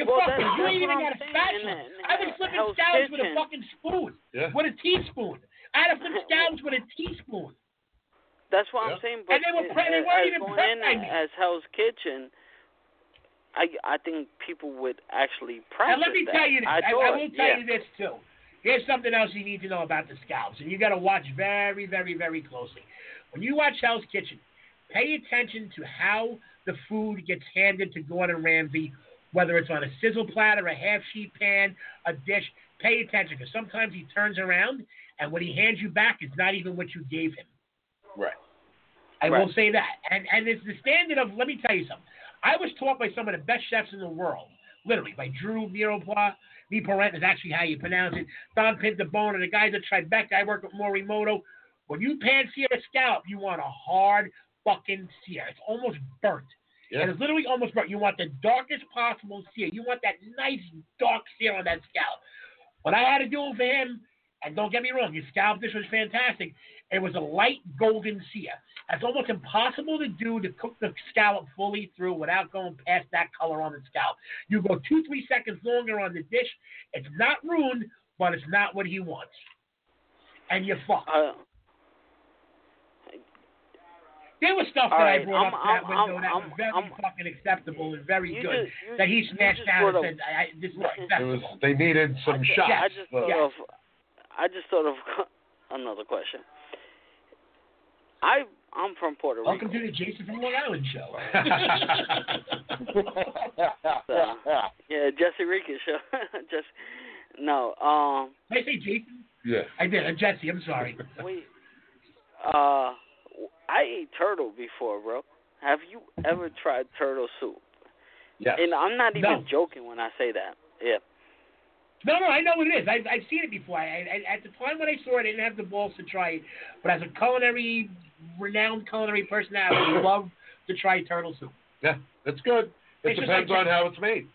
S8: You're
S10: Well,
S8: fucked.
S10: that's-
S8: You ain't
S10: that's
S8: even got a
S10: what I'm saying,
S8: spatula.
S10: and
S8: I've been
S10: he-
S8: flipping
S10: Hell's
S8: scallops with a
S10: Kitchen.
S8: fucking spoon.
S7: Yeah.
S8: With a teaspoon. I had to flip scallops with a teaspoon.
S10: That's what I'm
S8: Yeah.
S10: saying. But
S8: And they were
S10: it-
S8: pre- they
S10: as
S8: weren't even
S10: going
S8: prepped,
S10: in
S8: I mean.
S10: as Hell's Kitchen. I I think people would actually practice
S8: And let me
S10: that.
S8: tell you this.
S10: I,
S8: I, I
S10: thought,
S8: will tell
S10: yeah.
S8: you this too. Here's something else you need to know about the scallops, and you got to watch very, very, very closely. When you watch Hell's Kitchen, pay attention to how the food gets handed to Gordon Ramsay, whether it's on a sizzle platter, a half sheet pan, a dish. Pay attention because sometimes he turns around, and what he hands you back is not even what you gave him.
S7: Right.
S8: I
S7: Right.
S8: will say that. And and it's the standard of let me tell you something. I was taught by some of the best chefs in the world, literally by Drew Miropoix. Mi Parent is actually how you pronounce it. Don Pintabone and the guys at Tribeca. I work with Morimoto. When you pan sear a scallop, you want a hard fucking sear. It's almost burnt.
S7: Yeah.
S8: And it's literally almost burnt. You want the darkest possible sear. You want that nice dark sear on that scallop. What I had to do for him, and don't get me wrong, his scallop dish was fantastic. It was a light golden sear. That's almost impossible to do to cook the scallop fully through without going past that color on the scallop. You go two, three seconds longer on the dish. It's not ruined, but it's not what he wants. And you're fucked.
S10: Uh,
S8: there was stuff that
S10: All right,
S8: I brought
S10: I'm-
S8: up that
S10: I'm-
S8: window
S10: I'm-
S8: that
S10: I'm-
S8: was very fucking acceptable and very
S10: You
S8: good
S10: just- you
S8: that he
S10: just- you
S8: snatched
S10: just
S8: down and
S10: brought up-
S8: said, I, I, "This is not
S7: It
S8: acceptable."
S7: was they needed some shots.
S10: I just
S7: but-
S10: thought of I just thought of another question. I I'm from Puerto Rico.
S8: Welcome to the Jason from Long Island show.
S10: So, yeah, Jesse Rica show. just no. Um,
S8: Did I say Jason?
S7: Yeah.
S8: I did. I'm Jesse. I'm sorry.
S10: Wait. Uh, I ate turtle before, bro. Have you ever tried turtle soup?
S7: Yes.
S10: And I'm not even
S8: No.
S10: joking when I say that. Yeah.
S8: No, no, I know what it is. I've, I've seen it before. I, I, at the time when I saw it, I didn't have the balls to try it. But as a culinary, renowned culinary person, I would love to try turtle soup.
S7: Yeah, it's good. It
S8: It's just
S7: depends
S8: like-
S7: on how it's made.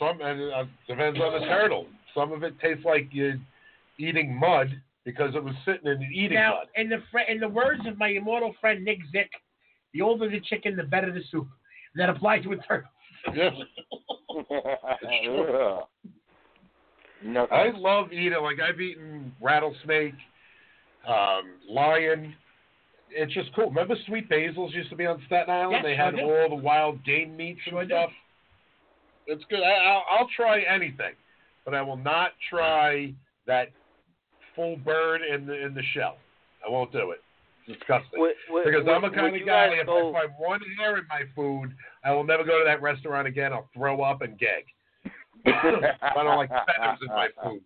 S7: Some and it uh, depends on the turtle. Some of it tastes like you're eating mud because it was sitting in eating
S8: now,
S7: mud.
S8: in the fr- in the words of my immortal friend Nick Zick, the older the chicken, the better the soup. And that applies with turtle.
S7: Yeah.
S13: Ugh.
S7: I love eating like I've eaten rattlesnake, um, lion. It's just cool. Remember sweet basils used to be on Staten Island?
S8: Yes,
S7: they
S8: sure
S7: had
S8: do.
S7: all the wild game meats
S8: Sure
S7: and
S8: do.
S7: stuff. It's good. I, I'll, I'll try anything, but I will not try that full bird in the in the shell. I won't do it. Disgusting.
S10: Would- would-
S7: because I'm a
S10: would-
S7: kind
S10: would
S7: of
S10: you
S7: guy.
S10: guys
S7: If
S10: go-
S7: I find one hair in my food, I will never go to that restaurant again. I'll throw up and gag. I don't like feathers in my food.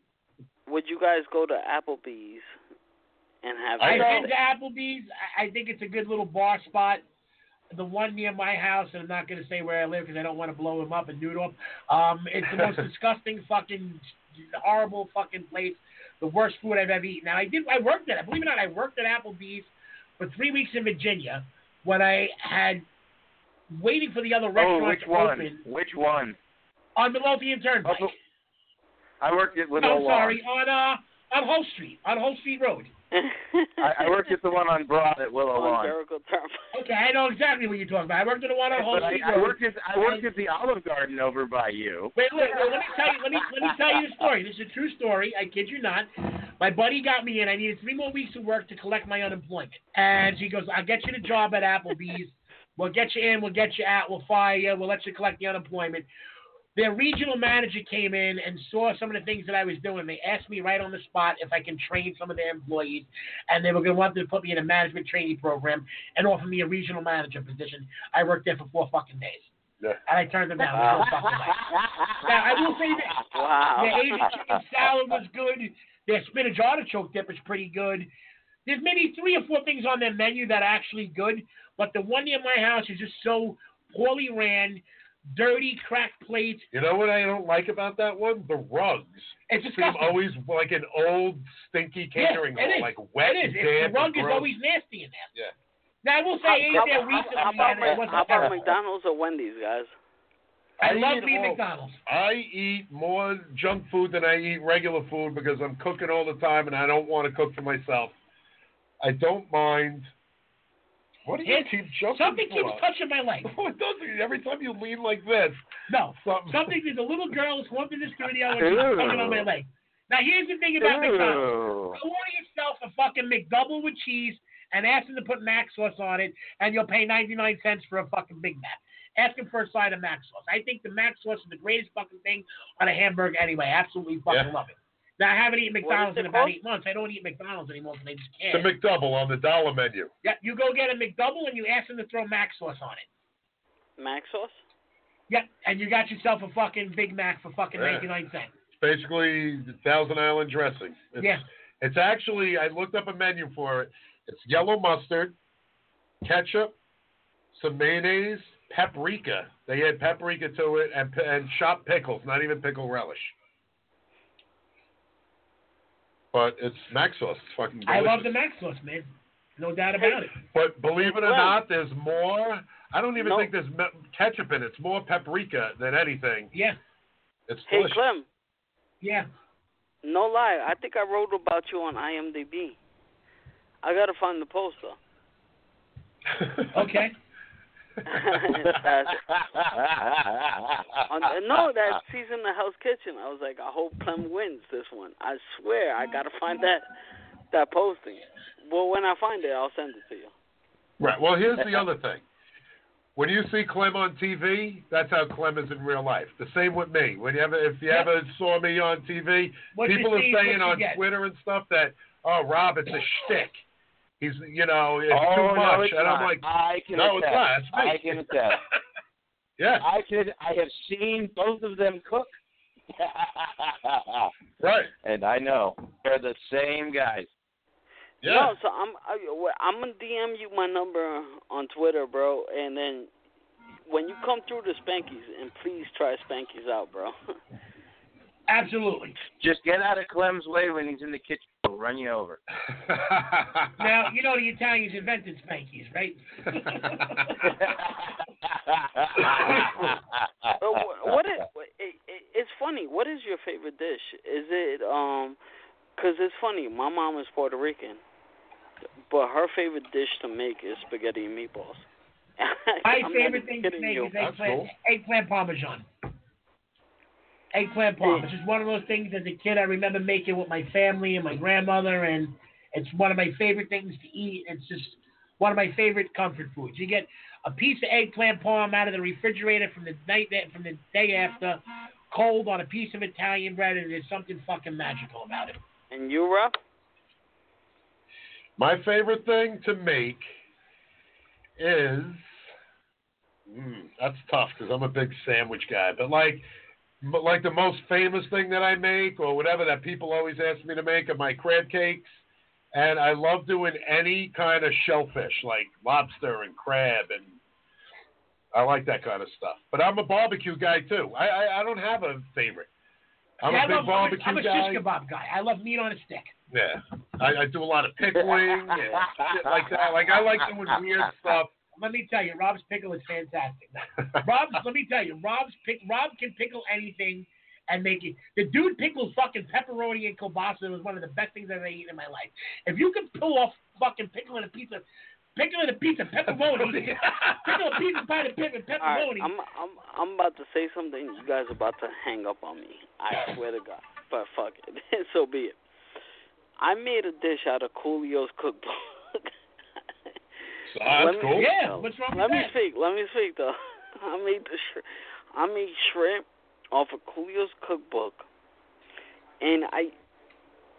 S10: Would you guys go to Applebee's and have?
S7: I
S8: I've
S7: know.
S8: been to Applebee's. I, I think it's a good little bar spot. The one near my house, and I'm not going to say where I live because I don't want to blow him up and nude him. Um, it's the most disgusting, fucking, horrible fucking place. The worst food I've ever eaten. Now I did. I worked at. Believe it or not, I worked at Applebee's for three weeks in Virginia when I had waiting for the other
S13: oh,
S8: restaurant
S13: which
S8: to
S13: one?
S8: open
S13: Which one?
S8: on the Lothian Turnpike.
S13: I worked at
S8: No,
S13: Little
S8: I'm sorry, on uh on Hull Street, on Hull Street Road.
S13: I, I worked at the one on Broad at Willow Lawn.
S8: Okay, I know exactly what you're talking about. I worked at the one on Hull
S13: But I,
S8: Street
S13: I
S8: Road.
S13: worked at I worked at the Olive Garden over by you.
S8: Wait, wait, wait, let me tell you. Let me let me tell you the story. This is a true story. I kid you not. My buddy got me in. I needed three more weeks of work to collect my unemployment, and he goes, "I'll get you the job at Applebee's. We'll get you in. We'll get you out. We'll fire you. We'll let you collect the unemployment." Their regional manager came in and saw some of the things that I was doing. They asked me right on the spot if I can train some of their employees, and they were going to want to put me in a management training program and offer me a regional manager position. I worked there for four fucking days.
S7: Yeah.
S8: And I turned them down. It was so fucking late. Now, I will say this.
S10: Wow.
S8: Their Asian chicken salad was good. Their spinach artichoke dip is pretty good. There's maybe three or four things on their menu that are actually good, but the one near my house is just so poorly ran, dirty, cracked plates.
S7: You know what I don't like about that one? The rugs.
S8: It's
S7: seem
S8: disgusting.
S7: always like an old stinky
S8: Yes,
S7: catering
S8: it
S7: hall,
S8: is.
S7: like wet
S8: It
S7: and
S8: is. It's-
S7: damp.
S8: The rug
S7: and
S8: is
S7: gross.
S8: always nasty in there.
S7: Yeah.
S8: Now, I will say, I ate
S10: How-
S8: there
S10: how-
S8: recently,
S10: how about
S8: and it wasn't
S10: How about
S8: terrible.
S10: McDonald's or Wendy's, guys?
S8: I
S7: I
S8: love
S7: eat
S8: me
S7: all-
S8: McDonald's.
S7: I eat more junk food than I eat regular food because I'm cooking all the time and I don't want to cook for myself. I don't mind. What do you
S8: His-
S7: keep jumping
S8: Something
S7: for?
S8: keeps touching my leg.
S7: No, it doesn't. Every time you lean like this,
S8: No.
S7: something.
S8: Something there's a little girl is walking the studio and she's tugging on my leg. Now here's the thing about McDonald's. Go
S13: Ew.
S8: order yourself a fucking McDouble with cheese and ask them to put mac sauce on it, and you'll pay 99 cents for a fucking Big Mac. Ask them for a side of mac sauce. I think the mac sauce is the greatest fucking thing on a hamburger anyway. I absolutely fucking
S7: Yeah.
S8: love it. Now I haven't eaten
S10: What is
S8: McDonald's
S10: it
S8: in about
S10: called?
S8: eight months. I don't eat McDonald's anymore because I just
S7: The
S8: can't.
S7: McDouble on the dollar menu.
S8: yeah, you go get a McDouble and you ask them to throw mac sauce on it.
S10: Mac sauce?
S8: Yep, and you got yourself a fucking Big Mac for fucking
S7: Yeah.
S8: 99 cents.
S7: It's basically the Thousand Island dressing. It's,
S8: Yeah.
S7: It's actually I looked up a menu for it. It's yellow mustard, ketchup, some mayonnaise, paprika. They add paprika to it and and chopped pickles, not even pickle relish. But it's mac sauce. It's fucking
S8: I
S7: delicious.
S8: love the mac sauce, man. No doubt about it.
S7: But believe it or
S10: Well-
S7: not, there's more. I don't even
S10: No.
S7: think there's me- ketchup in it. It's more paprika than anything.
S8: Yeah,
S7: It's
S10: Hey,
S7: delicious.
S10: Clem,
S8: yeah.
S10: no lie. I think I wrote about you on IMDb. I got to find the post, though.
S8: Okay.
S10: That's- on- no, that season of Hell's Kitchen. I was like, I hope Clem wins this one. I swear, I gotta find that that posting. Well, when I find it, I'll send it to you.
S7: Right. Well, here's the other thing. When you see Clem on TV, that's how Clem is in real life. The same with me. When you ever, if you
S8: Yeah.
S7: ever saw me on TV,
S8: What you
S7: people are
S8: see is
S7: saying
S8: what you
S7: on
S8: get.
S7: Twitter and stuff that, oh, Rob, it's a shtick. He's, you know, it's
S13: oh,
S7: too much.
S13: no, it's
S7: and
S13: not.
S7: I'm like,
S13: I can
S7: no, it's
S13: attest.
S7: not. It's me.
S13: I can attest.
S7: yeah,
S13: I could. I have seen both of them cook.
S7: right.
S13: and I know they're the same guys.
S7: Yeah.
S10: No, so I'm I, well, I'm gonna DM you my number on Twitter, bro, and then when you come through the Spankies, and please try Spankies out, bro.
S8: Absolutely.
S13: Just get out of Clem's way when he's in the kitchen. He'll run you over.
S8: Now, you know the Italians invented Spankies, right?
S10: But wh- what is, it, it, it's funny. What is your favorite dish? Is it um 'cause it's funny. My mom is Puerto Rican, but her favorite dish to make is spaghetti and meatballs.
S8: My
S10: I'm not
S8: favorite
S10: even
S8: thing to
S10: kidding
S8: make
S10: you.
S8: is
S7: That's
S8: eggplant,
S7: cool.
S8: eggplant parmesan. Eggplant parm. It's just one of those things as a kid I remember making with my family and my grandmother, and it's one of my favorite things to eat. It's just one of my favorite comfort foods. You get a piece of eggplant parm out of the refrigerator from the night that, from the day after, cold on a piece of Italian bread, and there's something fucking magical about it.
S10: And you, Rob?
S7: My favorite thing to make is. Mm, that's tough because I'm a big sandwich guy. But like, but like the most famous thing that I make, or whatever that people always ask me to make, are my crab cakes. And I love doing any kind of shellfish, like lobster and crab, and I like that kind of stuff. But I'm a barbecue guy too. I I, I don't have a favorite. I'm
S8: Yeah, I
S7: a big
S8: love- I'm a-
S7: barbecue
S8: I'm a
S7: guy.
S8: shish kebab guy. I love meat on a stick.
S7: Yeah, I, I do a lot of pickling and shit like that. Like I like doing weird stuff.
S8: Let me tell you, Rob's pickle is fantastic. Rob's, let me tell you, Rob's pick, Rob can pickle anything, and make it. The dude pickled fucking pepperoni and kielbasa. It was one of the best things I've ever eaten in my life. If you could pull off fucking pickling a pizza, pickling a pizza pepperoni, pickling a pizza pie to pepper pepperoni.
S10: All right, I'm I'm I'm about to say something. You guys are about to hang up on me. I swear to God. But fuck it. so be it. I made a dish out of Coolio's cookbook.
S7: Ah, that's cool.
S8: Yeah, what's wrong with
S10: Let me
S8: that?
S10: speak. Let me speak though. I made the shrimp. I made shrimp off of Coolio's cookbook, and I,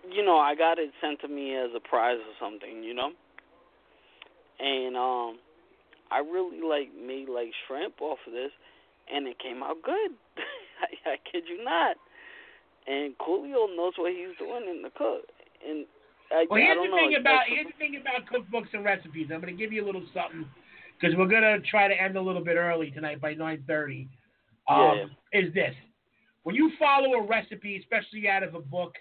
S10: you know, I got it sent to me as a prize or something, you know. And um, I really like made like shrimp off of this, and it came out good. I, I kid you not. And Coolio knows what he's doing in the cook, and I,
S8: Well,
S10: I
S8: here's
S10: don't
S8: the
S10: know.
S8: thing
S10: it's
S8: about
S10: just-
S8: here's the thing about cookbooks and recipes. I'm going to give you a little something because we're going to try to end a little bit early tonight by 9:30. Um,
S10: Yeah, yeah.
S8: Is this when you follow a recipe, especially out of a book?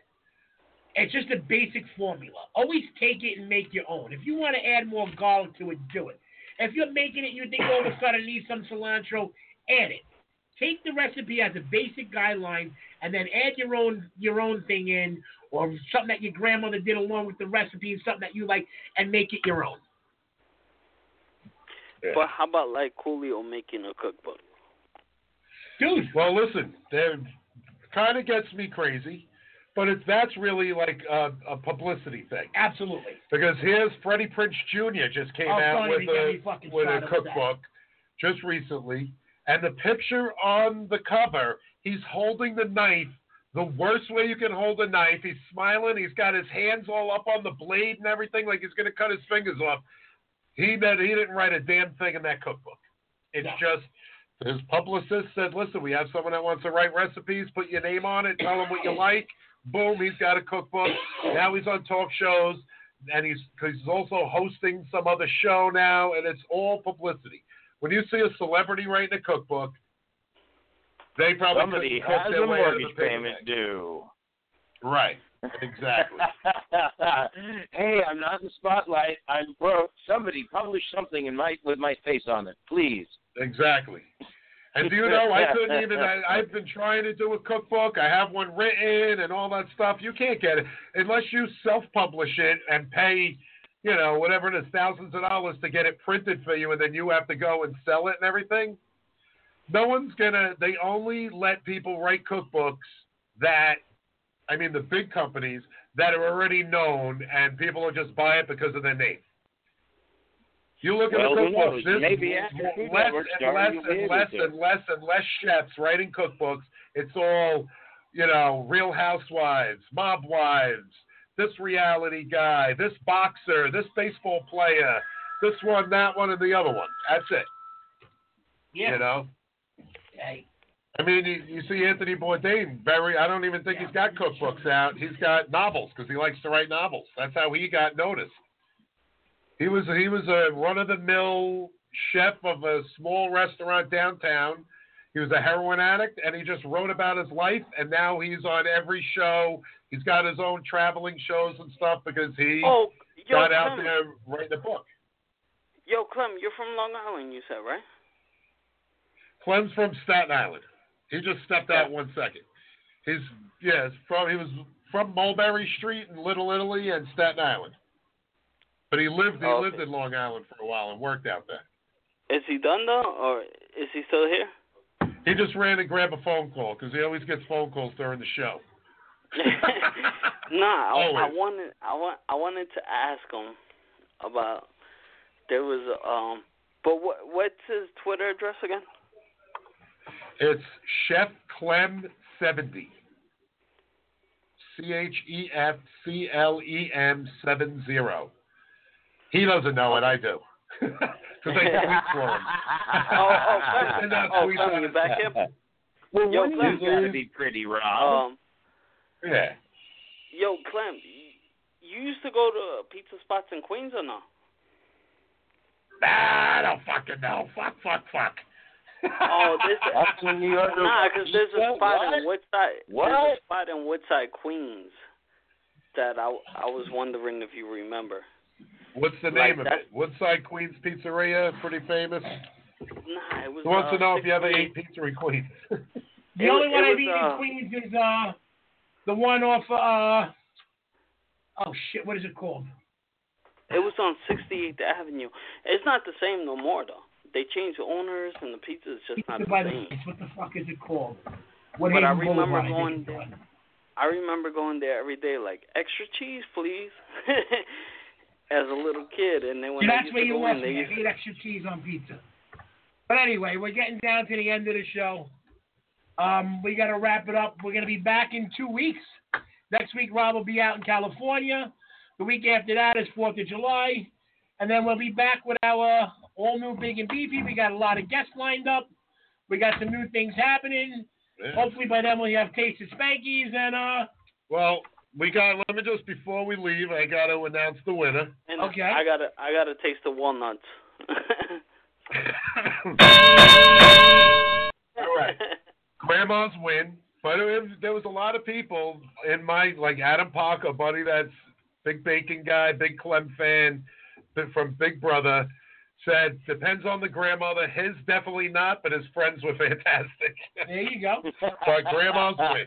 S8: It's just a basic formula. Always take it and make your own. If you want to add more garlic to it, do it. If you're making it, you think all of a sudden I need some cilantro, add it. Take the recipe as a basic guideline, and then add your own your own thing in, or something that your grandmother did along with the recipe, and something that you like, and make it your own.
S10: But how about like Coolio making a cookbook?
S8: Dude.
S7: Well, listen, that kind of gets me crazy, but it's that's really like a, a publicity thing.
S8: Absolutely.
S7: Because here's Freddie Prince Jr. just came
S8: Oh,
S7: out
S8: Freddie,
S7: with
S8: you got me
S7: a
S8: fucking
S7: with a
S8: started with that.
S7: cookbook just recently, and the picture on the cover, he's holding the knife. The worst way you can hold a knife. He's smiling. He's got his hands all up on the blade and everything, like he's gonna cut his fingers off. He did, he didn't write a damn thing in that cookbook. It's just his publicist said, "Listen, we have someone that wants to write recipes. Put your name on it. Tell him what you like. Boom, he's got a cookbook. Now he's on talk shows, and he's 'cause he's also hosting some other show now, and it's all publicity. When you see a celebrity writing a cookbook, they probably
S13: Somebody
S7: couldn't cook
S13: has
S7: their
S13: a
S7: way out of the
S13: mortgage
S7: paper
S13: payment
S7: bag.
S13: due.
S7: Right, exactly.
S13: hey, I'm not in the spotlight. I'm broke. Somebody publish something in my with my face on it, please.
S7: Exactly. And do you know, I couldn't even. I, I've been trying to do a cookbook. I have one written and all that stuff. You can't get it unless you self-publish it and pay, you know, whatever it is, thousands of dollars to get it printed for you, and then you have to go and sell it and everything. No one's gonna. They only let people write cookbooks that, I mean, the big companies that are already known, and people will just buy it because of their name. You look
S13: Well,
S7: at the
S13: who
S7: cookbooks.
S13: knows?
S7: This
S13: Maybe after Food
S7: less
S13: Network,
S7: and
S13: Darren,
S7: less
S13: you'll be
S7: and
S13: able
S7: less
S13: to.
S7: and less and less chefs writing cookbooks. It's all, you know, Real Housewives, Mob Wives, this reality guy, this boxer, this baseball player, this one, that one, and the other one. That's it.
S8: Yeah.
S7: You know.
S8: Hey,
S7: I mean, you, you see Anthony Bourdain. Very, I don't even think he's got cookbooks out. He's got novels because he likes to write novels. That's how he got noticed. He was he was a run of the mill chef of a small restaurant downtown. He was a heroin addict, and he just wrote about his life. And now he's on every show. He's got his own traveling shows and stuff because he
S10: Oh, yo,
S7: got out
S10: Clem.
S7: there writing a book.
S10: Yo, Clem, you're from Long Island, you said, right?
S7: Clem's from Staten Island. He just stepped out one second. He's yeah, it's from he was from Mulberry Street in Little Italy and Staten Island. But he lived he
S10: Oh, okay.
S7: lived in Long Island for a while and worked out there.
S10: Is he done though, or is he still here?
S7: He just ran and grabbed a phone call because he always gets phone calls during the show.
S10: nah, I, I
S7: Always.
S10: wanted, I want, I wanted to ask him about. There was a, um, but what, what's his Twitter address again?
S7: It's Chef Clem seventy. C H E F C L E M seven zero. He doesn't know it, I do. Because I tweet for him.
S10: Oh, oh, Clem,
S7: Send out
S10: oh,
S7: tweets
S10: Clem,
S7: on
S10: you
S7: his back.
S10: back here?
S13: well,
S10: Yo,
S13: one of
S10: Clem,
S13: these gotta be pretty, Rob.
S10: Um,
S7: Yeah.
S10: yo, Clem, y- you used to go to pizza spots in Queens or no?
S7: I don't fucking know. Fuck, fuck, fuck.
S10: Oh, this.
S13: That's when New York.
S10: Nah, because there's a spot in Woodside. There's
S13: What?
S10: a spot in Woodside, Queens, that I I was wondering if you remember.
S7: What's the
S10: Like
S7: name of
S10: that-
S7: it? Woodside Queens Pizzeria, pretty famous.
S10: Nah, it was.
S7: Who wants
S10: uh,
S7: to know if you ever
S10: 16
S7: ate pizza in Queens?
S8: The
S10: It
S8: only
S10: was-
S8: one
S10: it
S8: I've
S10: was,
S8: eaten
S10: uh,
S8: in Queens is uh, the one off uh, oh shit, what is it called?
S10: It was on 68th Avenue. It's not the same no more though. They changed the owners and the pizza is just not the
S8: Pizza by the
S10: same.
S8: Place. What the fuck is it called? What
S10: but I
S8: Haven
S10: remember
S8: Boulevard, I think
S10: going
S8: it's
S10: there.
S8: called.
S10: I remember going there every day like extra cheese, please. As a little kid, and then when
S8: See,
S10: I
S8: that's
S10: used
S8: where
S10: to
S8: you
S10: go
S8: lost
S10: in, they
S8: me.
S10: used
S8: I ate extra cheese on pizza. But anyway, we're getting down to the end of the show. Um, we got to wrap it up. We're going to be back in two weeks. Next week, Rob will be out in California. The week after that is 4th of July. And then we'll be back with our all new Big and Beefy. We got a lot of guests lined up. We got some new things happening. Hopefully, by then, we'll have Taste of Spankies. And, uh,
S7: Well, we got. Let me just before we leave, I got to announce the winner.
S10: And I gotta, I gotta taste the walnuts.
S7: All right. Grandma's win. But it was, there was a lot of people in my like Adam Park, a buddy that's big bacon guy, big Clem fan b- from Big Brother, said depends on the grandmother. His definitely not, but his friends were fantastic.
S8: There you go.
S7: but grandma's win.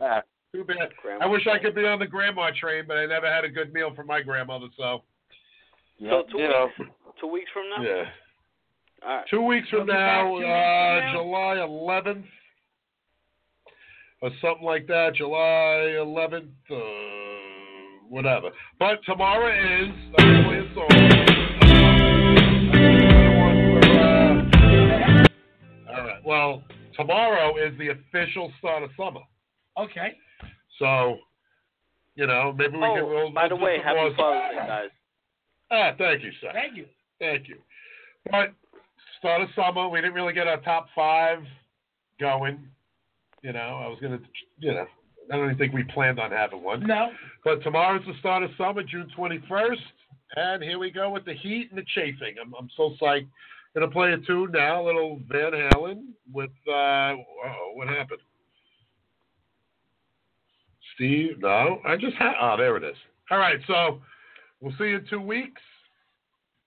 S7: Too bad. I wish I could be on the grandma train, but I never had a good meal from my grandmother. So.
S10: so two weeks, two weeks from now.
S7: Yeah.
S10: All right.
S7: Two weeks
S10: We'll
S7: from
S10: be
S7: now,
S10: back two
S7: uh,
S10: weeks from
S7: July 11th, or something like that. July 11th, uh, whatever. But tomorrow is. I'm gonna play a song. All right. Well, tomorrow is the official start of summer,
S8: okay.
S7: so you know maybe we can.
S10: Oh,
S7: We'll,
S10: by the
S7: we'll do
S10: way,
S7: some
S10: happy
S7: more-
S10: Father's Day, guys.
S7: Ah, thank you, sir.
S8: Thank you.
S7: Thank you. But start of summer, we didn't really get our top five going. You know, I was gonna, you know, I don't even think we planned on having one.
S8: No.
S7: But tomorrow's the start of summer, June 21st, and here we go with the heat and the chafing. I'm, I'm so psyched. Gonna play a tune now, a little Van Halen with. Uh, oh, what happened? Steve, no, I just had. Oh, there it is. All right, so we'll see you in two weeks.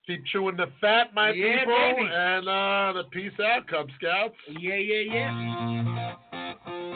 S7: Keep chewing the fat, my
S8: Yeah,
S7: people,
S8: baby.
S7: and uh, the peace out, Cub Scouts.
S8: Yeah, yeah, yeah.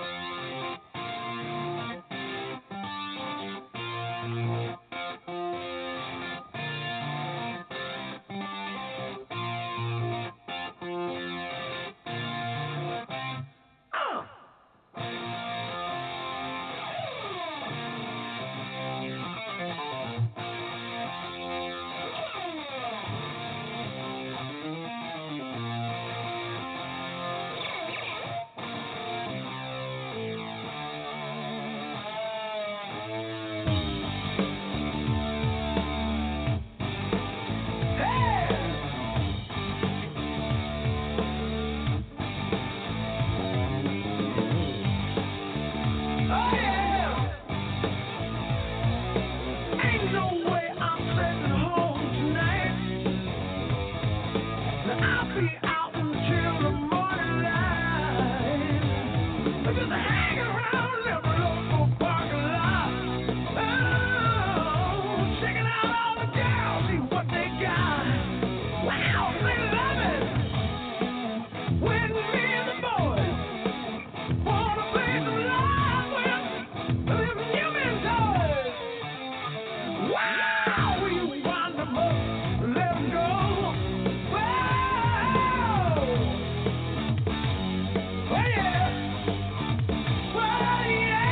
S12: yeah.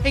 S1: Hey